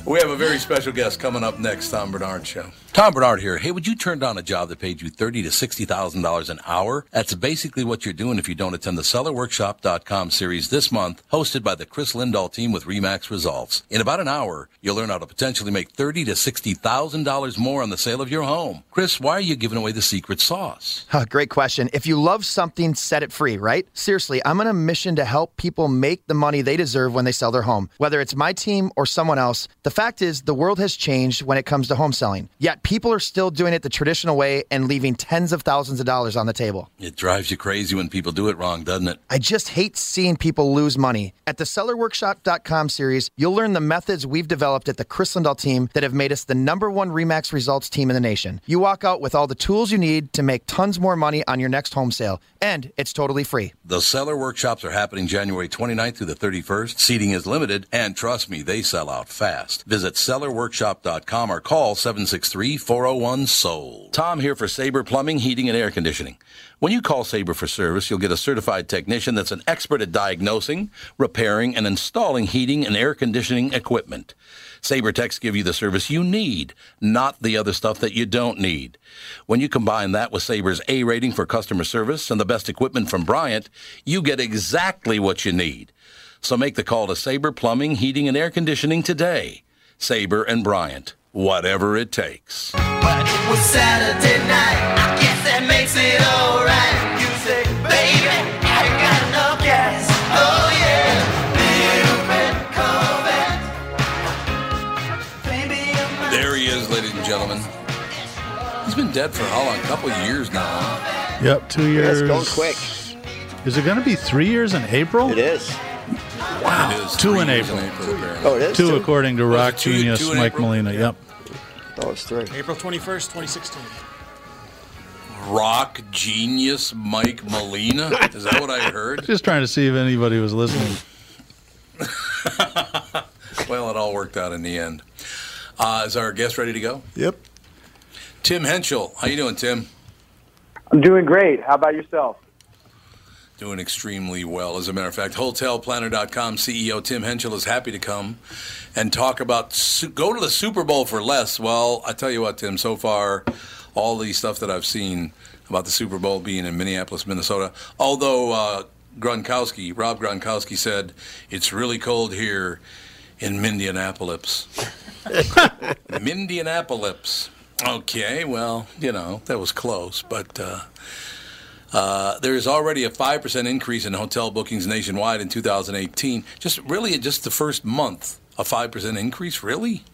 A: We have a very special guest coming up next, Tom Bernard Show. Tom Bernard here. Hey, would you turn down a job that paid you thirty to sixty thousand dollars an hour? That's basically what you're doing if you don't attend the sellerworkshop.com series this month, hosted by the Chris Lindahl team with Remax Resolves. In about an hour, you'll learn how to potentially make thirty to sixty thousand dollars more on the sale of your home. Chris, why are you giving away the secret sauce?
K: Huh, great question. If you love something, set it free, right? Seriously, I'm on a mission to help people make the money they deserve when they sell their home, whether it's my team or someone else. The fact is, the world has changed when it comes to home selling, yet people are still doing it the traditional way and leaving tens of thousands of dollars on the table.
A: It drives you crazy when people do it wrong, doesn't it?
K: I just hate seeing people lose money. At the sellerworkshop.com series, you'll learn the methods we've developed at the Chris Lindahl team that have made us the number one Remax results team in the nation. You walk out with all the tools you need to make tons more money on your next home sale, and it's totally free.
A: The seller workshops are happening January 29th through the 31st. Seating is limited, and trust me, they sell out fast. Visit sellerworkshop.com or call 763-401-SOLD. Tom here for Sabre Plumbing, Heating, and Air Conditioning. When you call Sabre for service, you'll get a certified technician that's an expert at diagnosing, repairing, and installing heating and air conditioning equipment. Sabre Techs give you the service you need, not the other stuff that you don't need. When you combine that with Sabre's A rating for customer service and the best equipment from Bryant, you get exactly what you need. So make the call to Sabre Plumbing, Heating, and Air Conditioning today. Sabre and Bryant, whatever it takes.
G: But it was Saturday night. I guess that makes it alright. You say, baby, I ain't got no gas. Oh yeah, little red Corvette. Baby, I'm
A: There he is, ladies and gentlemen. He's been dead for how long? A couple of years now. huh?
F: Yep, two
A: Yeah, it's
F: years.
A: going
M: quick.
F: Is it going to be three years in April? It
M: is.
F: Wow.
A: It is
F: two
A: three
F: in
A: years
F: April.
M: Oh, it is
F: Two,
M: two?
F: according to
M: Was it
F: rock
M: two-
F: genius
M: two in
F: Mike
M: April?
F: Molina. Yep.
M: Oh, it's three.
N: April 21st, 2016.
A: Rock genius Mike Molina. Is that what I heard?
F: Just trying to see if anybody was listening.
A: Well, it all worked out in the end. Uh, is our guest ready to go?
F: Yep.
A: Tim Henschel, how you doing, Tim?
O: I'm doing great. How about yourself?
A: Doing extremely well. As a matter of fact, HotelPlanner.com CEO E Tim Henschel is happy to come and talk about su- go to the Super Bowl for less. Well, I tell you what, Tim. So far, all the stuff that I've seen about the Super Bowl being in Minneapolis, Minnesota. Although uh, Gronkowski, Rob Gronkowski, said it's really cold here in Mindianapolis. Mindianapolis. Okay, well, you know that was close, but. Uh, uh, there is already a 5% increase in hotel bookings nationwide in 2018. Just really, just the first month, a 5% increase? Really?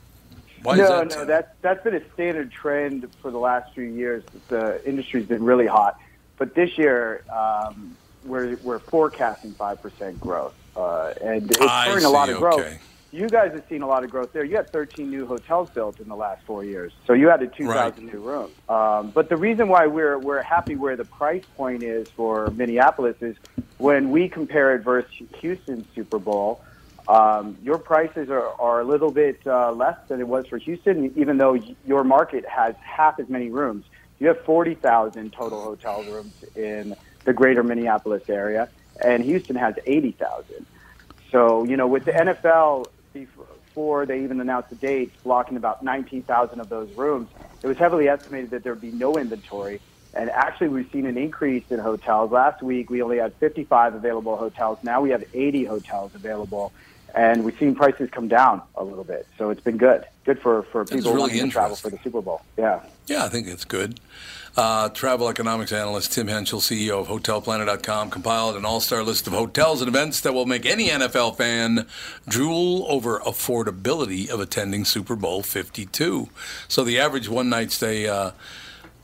A: Why
O: no,
A: is that?
O: no, that's that's been a standard trend for the last few years. The industry's been really hot, but this year um, we're we're forecasting five percent growth, uh, and it's
A: I
O: spurring a lot
A: see,
O: of growth.
A: okay.
O: You guys have seen a lot of growth there. You had 13 new hotels built in the last four years, so you added 2,000 new rooms. Um, but the reason why we're we're happy where the price point is for Minneapolis is when we compare it versus Houston's Super Bowl. Um, your prices are, are a little bit uh, less than it was for Houston, even though y- your market has half as many rooms. You have 40,000 total hotel rooms in the greater Minneapolis area, and Houston has 80,000. So, you know, with the NFL, before they even announced the dates, blocking about 19,000 of those rooms, it was heavily estimated that there would be no inventory. And actually, we've seen an increase in hotels. Last week, we only had 55 available hotels. Now we have 80 hotels available. And we've seen prices come down a little bit. So it's been good. Good for, for people
A: really
O: wanting to travel for
A: interesting.
O: the Super Bowl. Yeah.
A: Yeah, I think it's good. Uh, travel economics analyst Tim Henschel, CEO of HotelPlanet.com, compiled an all star list of hotels and events that will make any NFL fan drool over affordability of attending Super Bowl 52. So the average one night stay. Uh,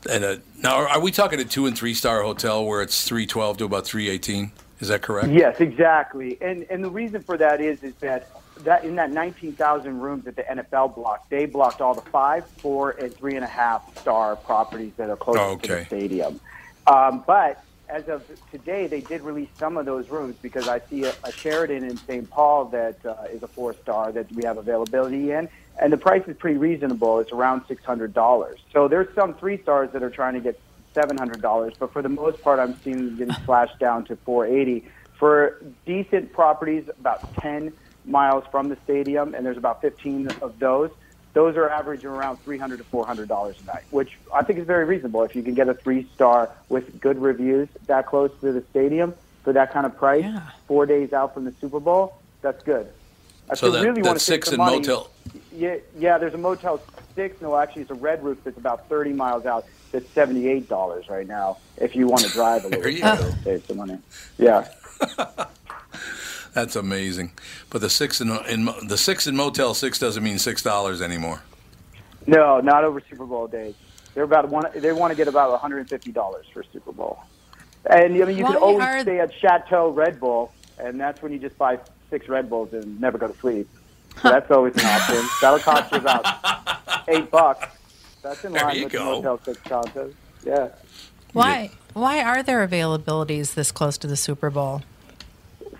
A: at a, now, are we talking a two and three star hotel where it's 312 to about 318? Is that correct?
O: Yes, exactly. And and the reason for that is is that that in that 19,000 rooms at the NFL block, they blocked all the five, four, and three and a half star properties that are close
A: Oh,
O: to the
A: okay.
O: stadium. Um, but as of today, they did release some of those rooms because I see a, a Sheridan in St. Paul that uh, is a four star that we have availability in, and the price is pretty reasonable. It's around six hundred dollars. So there's some three stars that are trying to get seven hundred dollars, but for the most part, I'm seeing them getting slashed down to four eighty for decent properties about ten miles from the stadium, and there's about fifteen of those. Those are averaging around three hundred to four hundred dollars a night, which I think is very reasonable. If you can get a three star with good reviews that close to the stadium for that kind of price, four days out from the Super Bowl, that's good. If
A: so
O: you
A: that,
O: really
A: that
O: wanna save
A: six and
O: some money-
A: motel.
O: yeah, yeah. There's a Motel Six. No, actually, it's a Red Roof that's about 30 miles out. That's 78 dollars right now. If you want to drive a little,
A: There you
O: bit,
A: go.
O: save some money. Yeah.
A: That's amazing. But the six in, in the six in Motel Six doesn't mean six dollars anymore.
O: No, not over Super Bowl days. They're about one. They want to get about 150 dollars for Super Bowl. And I mean, you
B: Why
O: can always
B: are-
O: stay at Chateau Red Bull, and that's when you just buy six Red Bulls and never go to sleep. So that's always an option. That'll cost you about eight bucks. That's in
A: There
O: line
A: you
O: with the
A: go.
O: Motel Six concept. Yeah.
B: Why? Why are there availabilities this close to the Super Bowl?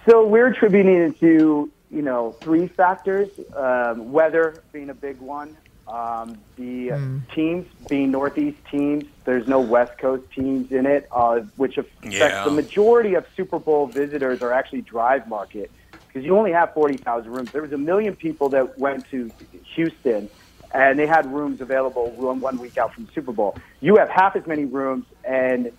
O: So we're attributing it to you know three factors: um, weather being a big one, um, the uh, teams being Northeast teams. There's no West Coast teams in it, uh, which affects
G: Yeah.
O: the majority of Super Bowl visitors are actually drive market because you only have forty thousand rooms. There was a million people that went to Houston. And they had rooms available one, one week out from Super Bowl. You have half as many rooms, and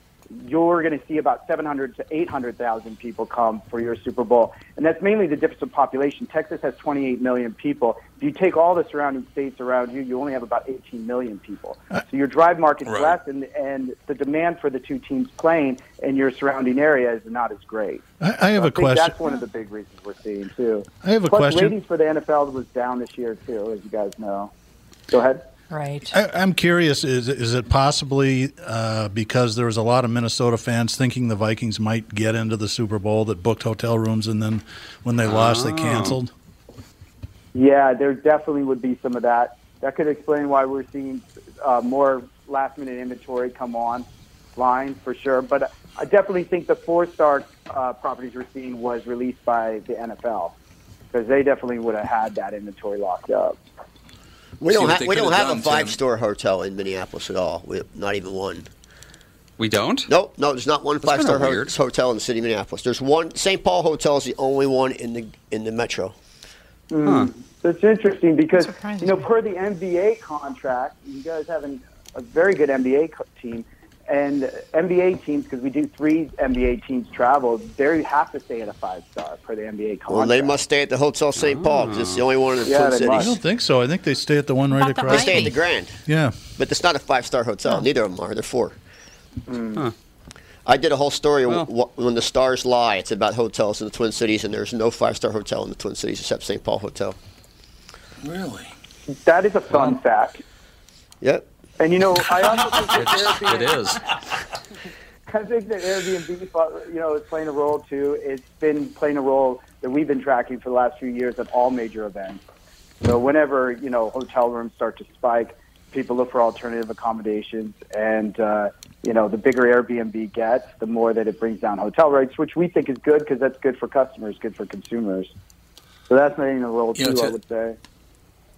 O: you're going to see about 700 to 800,000 people come for your Super Bowl. And that's mainly the difference in population. Texas has 28 million people. If you take all the surrounding states around you, you only have about 18 million people.
F: Uh,
O: So your drive market's
A: Right.
O: less, and, and the demand for the two teams playing in your surrounding area is not as great.
F: I, I have
O: So
F: a
O: think
F: question.
O: That's one of the big reasons we're seeing, too.
F: I have a
O: Plus,
F: question.
O: ratings for the NFL was down this year, too, as you guys know. Go ahead.
B: Right.
F: I, I'm curious. Is is it possibly uh, because there was a lot of Minnesota fans thinking the Vikings might get into the Super Bowl that booked hotel rooms and then when they lost they
O: Oh.
F: canceled?
O: Yeah, there definitely would be some of that. That could explain why we're seeing uh, more last minute inventory come on line for sure. But I definitely think the four star uh, properties we're seeing was released by the NFL because they definitely would have had that inventory locked up.
E: We
O: See
E: don't,
O: what
E: ha-
O: they
E: we
O: could've
E: don't have
O: done,
E: a
O: Tim.
E: five star hotel in Minneapolis at all. We not even one.
C: We don't?
E: Nope, no, there's not one
C: kinda
E: five star
C: weird.
E: hotel in the city of Minneapolis. There's one. St. Paul Hotel is the only one in the in the metro.
O: Mm. That's interesting because you know per the NBA contract, you guys have an, a very good NBA co- team and uh, NBA teams because we do three NBA teams travel. They have to stay at a five star per the NBA contract.
E: Well, they must stay at the Hotel St. Paul 'cause it's the only one in the
O: Yeah,
E: Twin
O: they
E: Cities.
F: I don't think so. I think they stay at the one right
E: They
F: across.
E: stay at the Grand.
F: Yeah.
E: But it's not a five star hotel. Neither of them are. They're four. I did a whole story
C: Well.
E: wh- when the stars lie. It's about hotels in the Twin Cities, and there's no five star hotel in the Twin Cities except St. Paul Hotel.
A: Really?
O: That is a fun fact.
E: Yep.
O: And you know, I also think that
C: It
O: Airbnb,
C: is.
O: I think that Airbnb, fo- you know, is playing a role too. It's been playing a role that we've been tracking for the last few years at all major events. So whenever you know hotel rooms start to spike, people look for alternative accommodations, and uh, you know the bigger Airbnb gets, the more that it brings down hotel rates, which we think is good because that's good for customers, good for consumers. So that's playing a role
A: You know,
O: too, I
A: to-
O: would say.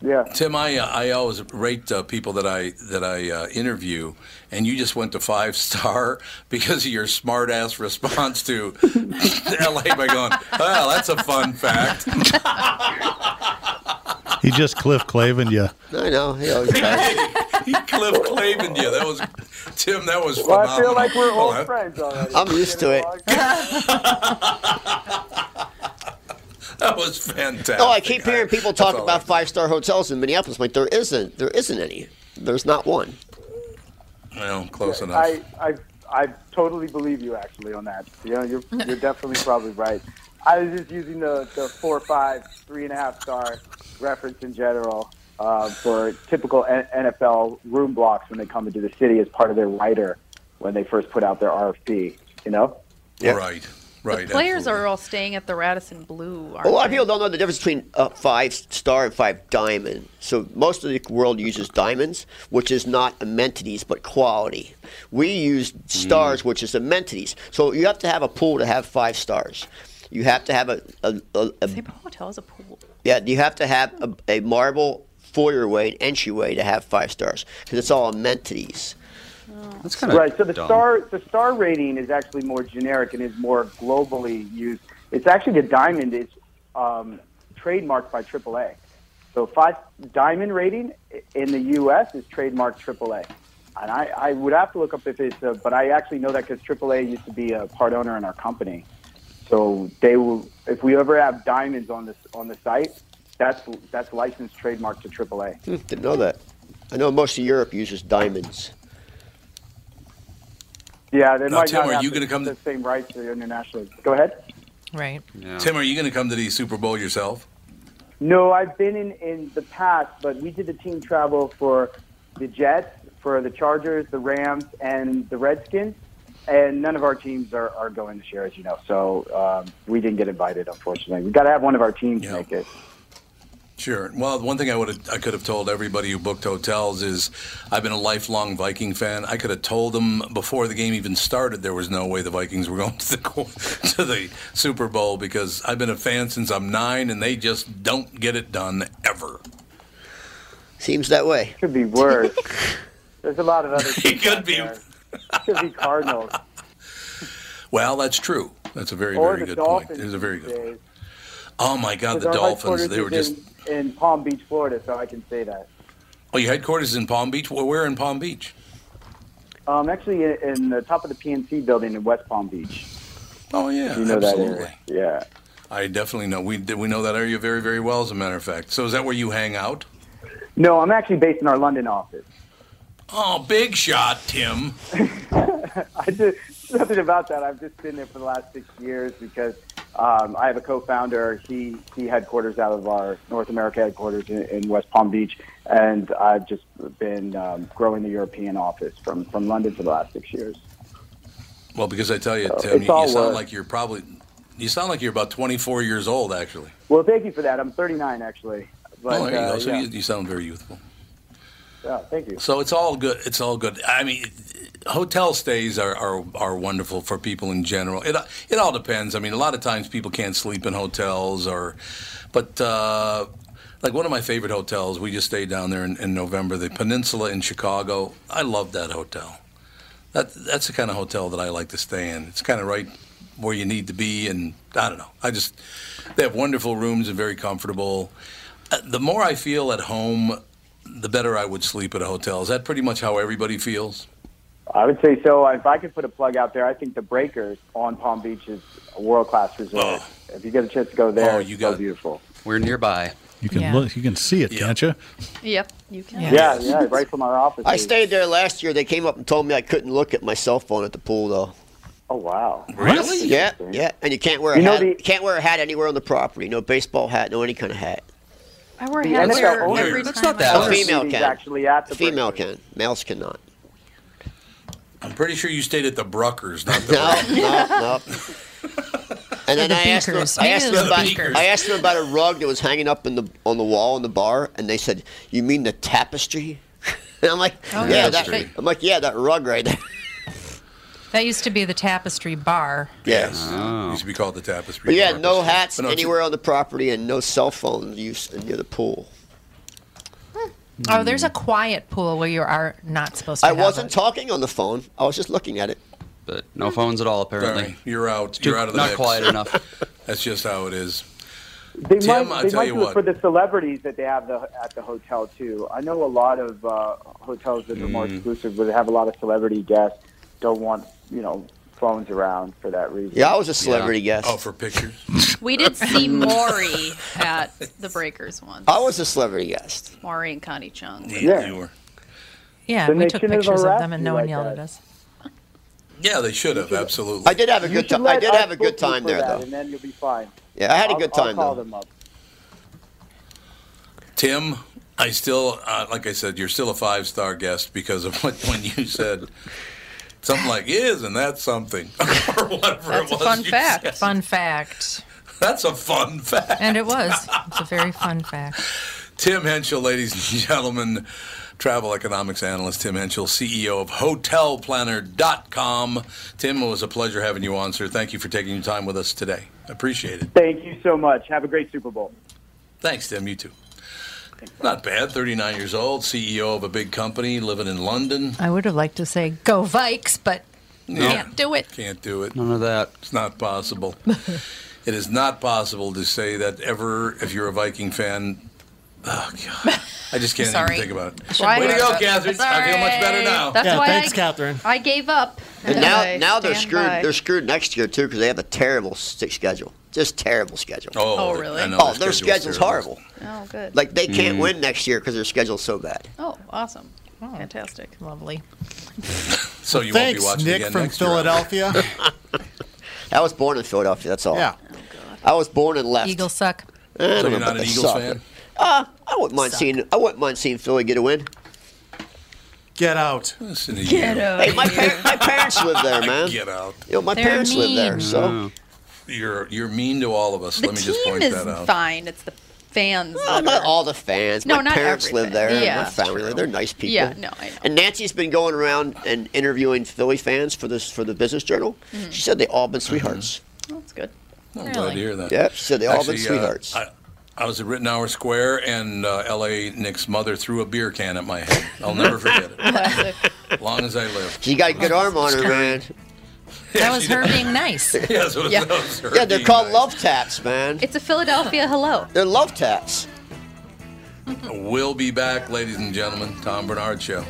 O: Yeah.
A: Tim, I uh, I always rate uh, people that I that I uh, interview, and you just went to five star because of your smart ass response to L.A. by going, "Oh, that's a fun fact."
F: He just Cliff Clavin you.
E: I know. He always
A: he Cliff Clavin you. That was Tim. That was
O: Well,
A: phenomenal.
O: I feel like we're
A: Well,
O: old
A: that-
O: friends already.
E: I'm used to it.
A: That was fantastic.
E: No, Oh, I keep hearing people
A: That's
E: talk
A: all I-
E: about five star hotels in Minneapolis. I'm like there isn't, there isn't any. There's not one.
P: Well, close enough.
O: I, I, I totally believe you actually on that. You know, you're, you're definitely probably right. I was just using the, the four, five, three and a half star reference in general uh, for typical N- NFL room blocks when they come into the city as part of their writer when they first put out their RFP. You know?
P: Right. Right.
H: Players are all staying at the Radisson Blue. Aren't
E: A lot of
H: they?
E: people don't know the difference between a five star and five diamond. So most of the world uses diamonds, which is not amenities but quality. We use stars, which is amenities. So you have to have a pool to have five stars. You have to have a, a, a, a
H: Hotel is a pool.
E: yeah. You have to have a, a marble foyerway, an entryway to have five stars because it's all amenities.
C: That's
O: right. So the star the star rating is actually more generic and is more globally used. It's actually the diamond is um, trademarked by AAA. So five diamond rating i- in the U.S. is trademarked AAA. And I, I would have to look up if it's, uh, but I actually know that because AAA used to be a part owner in our company. So they will, if we ever have diamonds on this on the site, that's that's licensed trademark to AAA.
E: Hmm, Didn't know that. I know most of Europe uses diamonds.
O: Yeah, they
E: Now,
O: might
E: Tim,
O: not
E: are
O: have
E: you
O: the,
E: gonna come
O: the same rights internationally. Go ahead.
B: Right.
A: Tim, are you going to come to the Super Bowl yourself?
O: No, I've been in in the past, but we did the team travel for the Jets, for the Chargers, the Rams, and the Redskins, and none of our teams are, are going this year, as you know. So um, we didn't get invited, unfortunately. We got to have one of our teams make it.
A: Sure. Well, one thing I would have, I could have told everybody who booked hotels is I've been a lifelong Viking fan. I could have told them before the game even started there was no way the Vikings were going to the qu- to the Super Bowl because I've been a fan since I'm 9 and they just don't get it done ever.
E: Seems that way.
O: Could be worse. There's a lot of other. Teams
A: could
O: out there. Could be Cardinals
A: Well, that's true. That's a very
O: or
A: very
O: the
A: good
O: Dolphins.
A: point. There's a very good.
O: these days.
A: Oh my god,
O: 'Cause
A: the
O: our
A: Dolphins,
O: headquarters
A: they were
O: is
A: just
O: in, in Palm Beach, Florida, so I can say that.
A: Oh, your headquarters is in Palm Beach. Well, where in Palm Beach?
O: Um, actually, in, in the top of the PNC building in West Palm Beach.
A: Oh yeah,
O: you know
A: absolutely.
O: that area. Yeah.
A: I definitely know. We we know that area very very well, as a matter of fact. So is that where you hang out?
O: No, I'm actually based in our London office.
A: Oh, big shot, Tim.
O: I just nothing about that. I've just been there for the last six years because um, I have a co-founder. He he headquarters out of our North America headquarters in, in West Palm Beach, and I've just been um, growing the European office from from London for the last six years.
A: Well, because I tell you,
O: Oh,
A: Tim,
O: it's
A: you, you
O: all
A: sound
O: work.
A: like you're probably you sound like you're about 24 years old, actually.
O: Well, thank you for that. I'm 39 actually. But,
A: oh, there you
O: uh,
A: go. So
O: yeah.
A: you, you sound very youthful.
O: Yeah, thank you.
A: So it's all good. It's all good. I mean, hotel stays are, are, are wonderful for people in general. It it all depends. I mean, a lot of times people can't sleep in hotels or, but uh, like one of my favorite hotels, we just stayed down there in, in November, the Peninsula in Chicago. I love that hotel. That that's the kind of hotel that I like to stay in. It's kind of right where you need to be, and I don't know. I just they have wonderful rooms and very comfortable. Uh, The more I feel at home, the better I would sleep at a hotel. Is that pretty much how everybody feels?
O: I would say so. If I could put a plug out there, I think the Breakers on Palm Beach is a world class resort.
A: Oh.
O: If you get a chance to go there, it's so beautiful.
C: We're nearby.
F: You can
O: Yeah.
F: look, you can see it, can't you?
H: Yep, you can.
O: Yeah, yeah, right from our office.
E: I stayed there last year. They came up and told me I couldn't look at my cell phone at the pool, though.
O: Oh wow!
A: Really?
E: Yeah, yeah. And you can't wear a
O: You know
E: hat. can't wear a hat anywhere on the property. No baseball hat. No any kind of hat.
H: I wear
O: The
H: hats
O: NFL
H: there
O: owner-
H: every
O: That's
H: time
O: not that
E: A
H: I go.
O: hard.
E: female
O: He's
E: can.
O: actually at the
E: female can. Males cannot.
A: I'm pretty sure you stayed at the Bruckers, not the
E: No, no, And then
A: The
E: I asked, him,
A: beakers.
E: I, asked him
A: Yeah, the beakers.
E: about, I asked him about a rug that was hanging up in the on the wall in the bar, and they said, "You mean the tapestry?" And I'm like,
B: Oh,
E: "Yeah,
B: yeah.
E: that."
B: Tapestry.
E: I'm like, "Yeah, that rug right there."
B: That used to be the Tapestry Bar.
E: Yes.
C: Oh.
A: Used to be called the Tapestry.
E: But yeah,
A: Bar.
E: no hats
A: But no, it's-
E: anywhere on the property, and no cell phone use near the pool.
B: Oh, there's a quiet pool where you are not supposed to.
E: I
B: have
E: wasn't
B: it.
E: talking on the phone. I was just looking at it.
C: But no phones at all, apparently.
A: Sorry, you're out.
C: Too-
A: You're out of the
C: not
A: mix.
C: quiet enough.
A: That's just how it is.
O: They
A: Tim,
O: might,
A: I
O: they
A: tell
O: might
A: you
O: do it
A: what.
O: for the celebrities that they have the, at the hotel too. I know a lot of uh, hotels that are more
A: Mm.
O: exclusive, where they have a lot of celebrity guests. Don't want you know phones around for that reason.
E: Yeah, I was a celebrity guest.
A: Oh, for pictures.
H: We did see Maury at the Breakers once.
E: I was a celebrity guest.
H: Maury and Connie Chung.
E: Yeah.
A: You were.
B: Yeah,
O: Then
B: we
O: they
B: took
O: shouldn't have
B: pictures of
O: harassed
B: them and
O: you
B: no one
O: like
B: yelled
O: that.
B: at us.
A: Yeah, they should have absolutely.
E: I did have a
O: You
E: good
O: should
E: time. I
O: let
E: did
O: us
E: have a good
O: book you
E: time
O: for
E: there,
O: that,
E: though.
O: and then you'll be fine.
E: Yeah, I had a
O: I'll-
E: good
O: I'll
E: time,
O: call
E: though.
O: them up.
A: Tim, I still, uh, like I said, you're still a five star guest because of what when you said something like "is" and that's something or whatever it was. you said.
B: Fun fact.
A: That's a fun fact.
B: And it was. It's a very fun fact.
A: Tim Henschel, ladies and gentlemen, travel economics analyst Tim Henschel, CEO of HotelPlanner.com. Tim, it was a pleasure having you on, sir. Thank you for taking your time with us today. Appreciate it.
O: Thank you so much. Have a great Super Bowl.
A: Thanks, Tim. You too. Not bad. 39 years old, CEO of a big company, living in London.
B: I would have liked to say go Vikes, but
A: No.
B: can't do it.
A: Can't do it. None of that. It's not possible. it is not possible to say that ever if you're a Viking fan. Oh, God. I just can't even
H: Sorry.
A: think about it.
H: Why-
A: Way to go, Catherine. I feel much better now.
H: That's why I,
Q: Catherine.
H: I gave up.
E: And now,
H: I
E: now they're
H: stand
E: screwed.
H: by.
E: They're screwed next year too because they have a terrible stick schedule. Just terrible schedule.
H: Oh, Oh, really? I know
E: oh,
H: their
E: their
H: schedule's
E: schedule's
H: terrible.
E: horrible.
H: Oh, good.
E: Like they can't
A: Mm-hmm.
H: Mm.
E: win next year because their schedule's so bad.
H: Oh, awesome. Fantastic.
B: Lovely.
A: So you
E: Thanks,
A: won't be watching
E: Nick
A: again
E: from
A: next
E: Philadelphia.
A: Year.
E: I was born in Philadelphia. That's all.
A: Yeah.
E: I was born and left.
B: Eagles suck.
E: I don't
A: So
E: know
A: you're
E: about
A: not an
E: they
A: Eagles
E: suck,
A: fan?
E: but, Uh, I wouldn't mind
A: Suck.
E: seeing. I wouldn't mind seeing Philly get a win.
A: Get out. Listen to
E: Get
A: you.
E: out. Hey, my par- my parents live there, man.
A: Get out.
E: You know, my They're parents live there, mean. so-
A: Mm. You're you're mean to all of us.
H: The
A: Let me just
H: team
A: point
H: is
A: that out.
H: fine. It's the fans.
E: Uh,
H: that
E: not
H: are-
E: all the fans.
H: Oh, No,
E: my
H: not
E: parents live
H: everything.
E: there. and
H: Yeah.
E: my family live. They're nice people.
H: Yeah, no, I know.
E: And Nancy's been going around and interviewing Philly fans for this for the Business Journal.
H: Mhm.
E: She said they all been sweethearts.
H: Mm-hmm. That's good.
A: I'm glad to hear that.
E: Yep, so they all been
A: Actually, uh,
E: sweethearts.
A: I, I was at Rittenhour Square, and uh, L.A. Nick's mother threw a beer can at my head. I'll never forget it. long as I live.
E: she got a good arm on her, man.
B: that was her being nice.
A: Yeah, that's what
H: Yeah.
A: it was. her
E: Yeah, they're
A: being
E: called love taps, man.
H: It's a Philadelphia hello.
E: They're love taps.
A: We'll be back, ladies and gentlemen. Tom Bernard Show.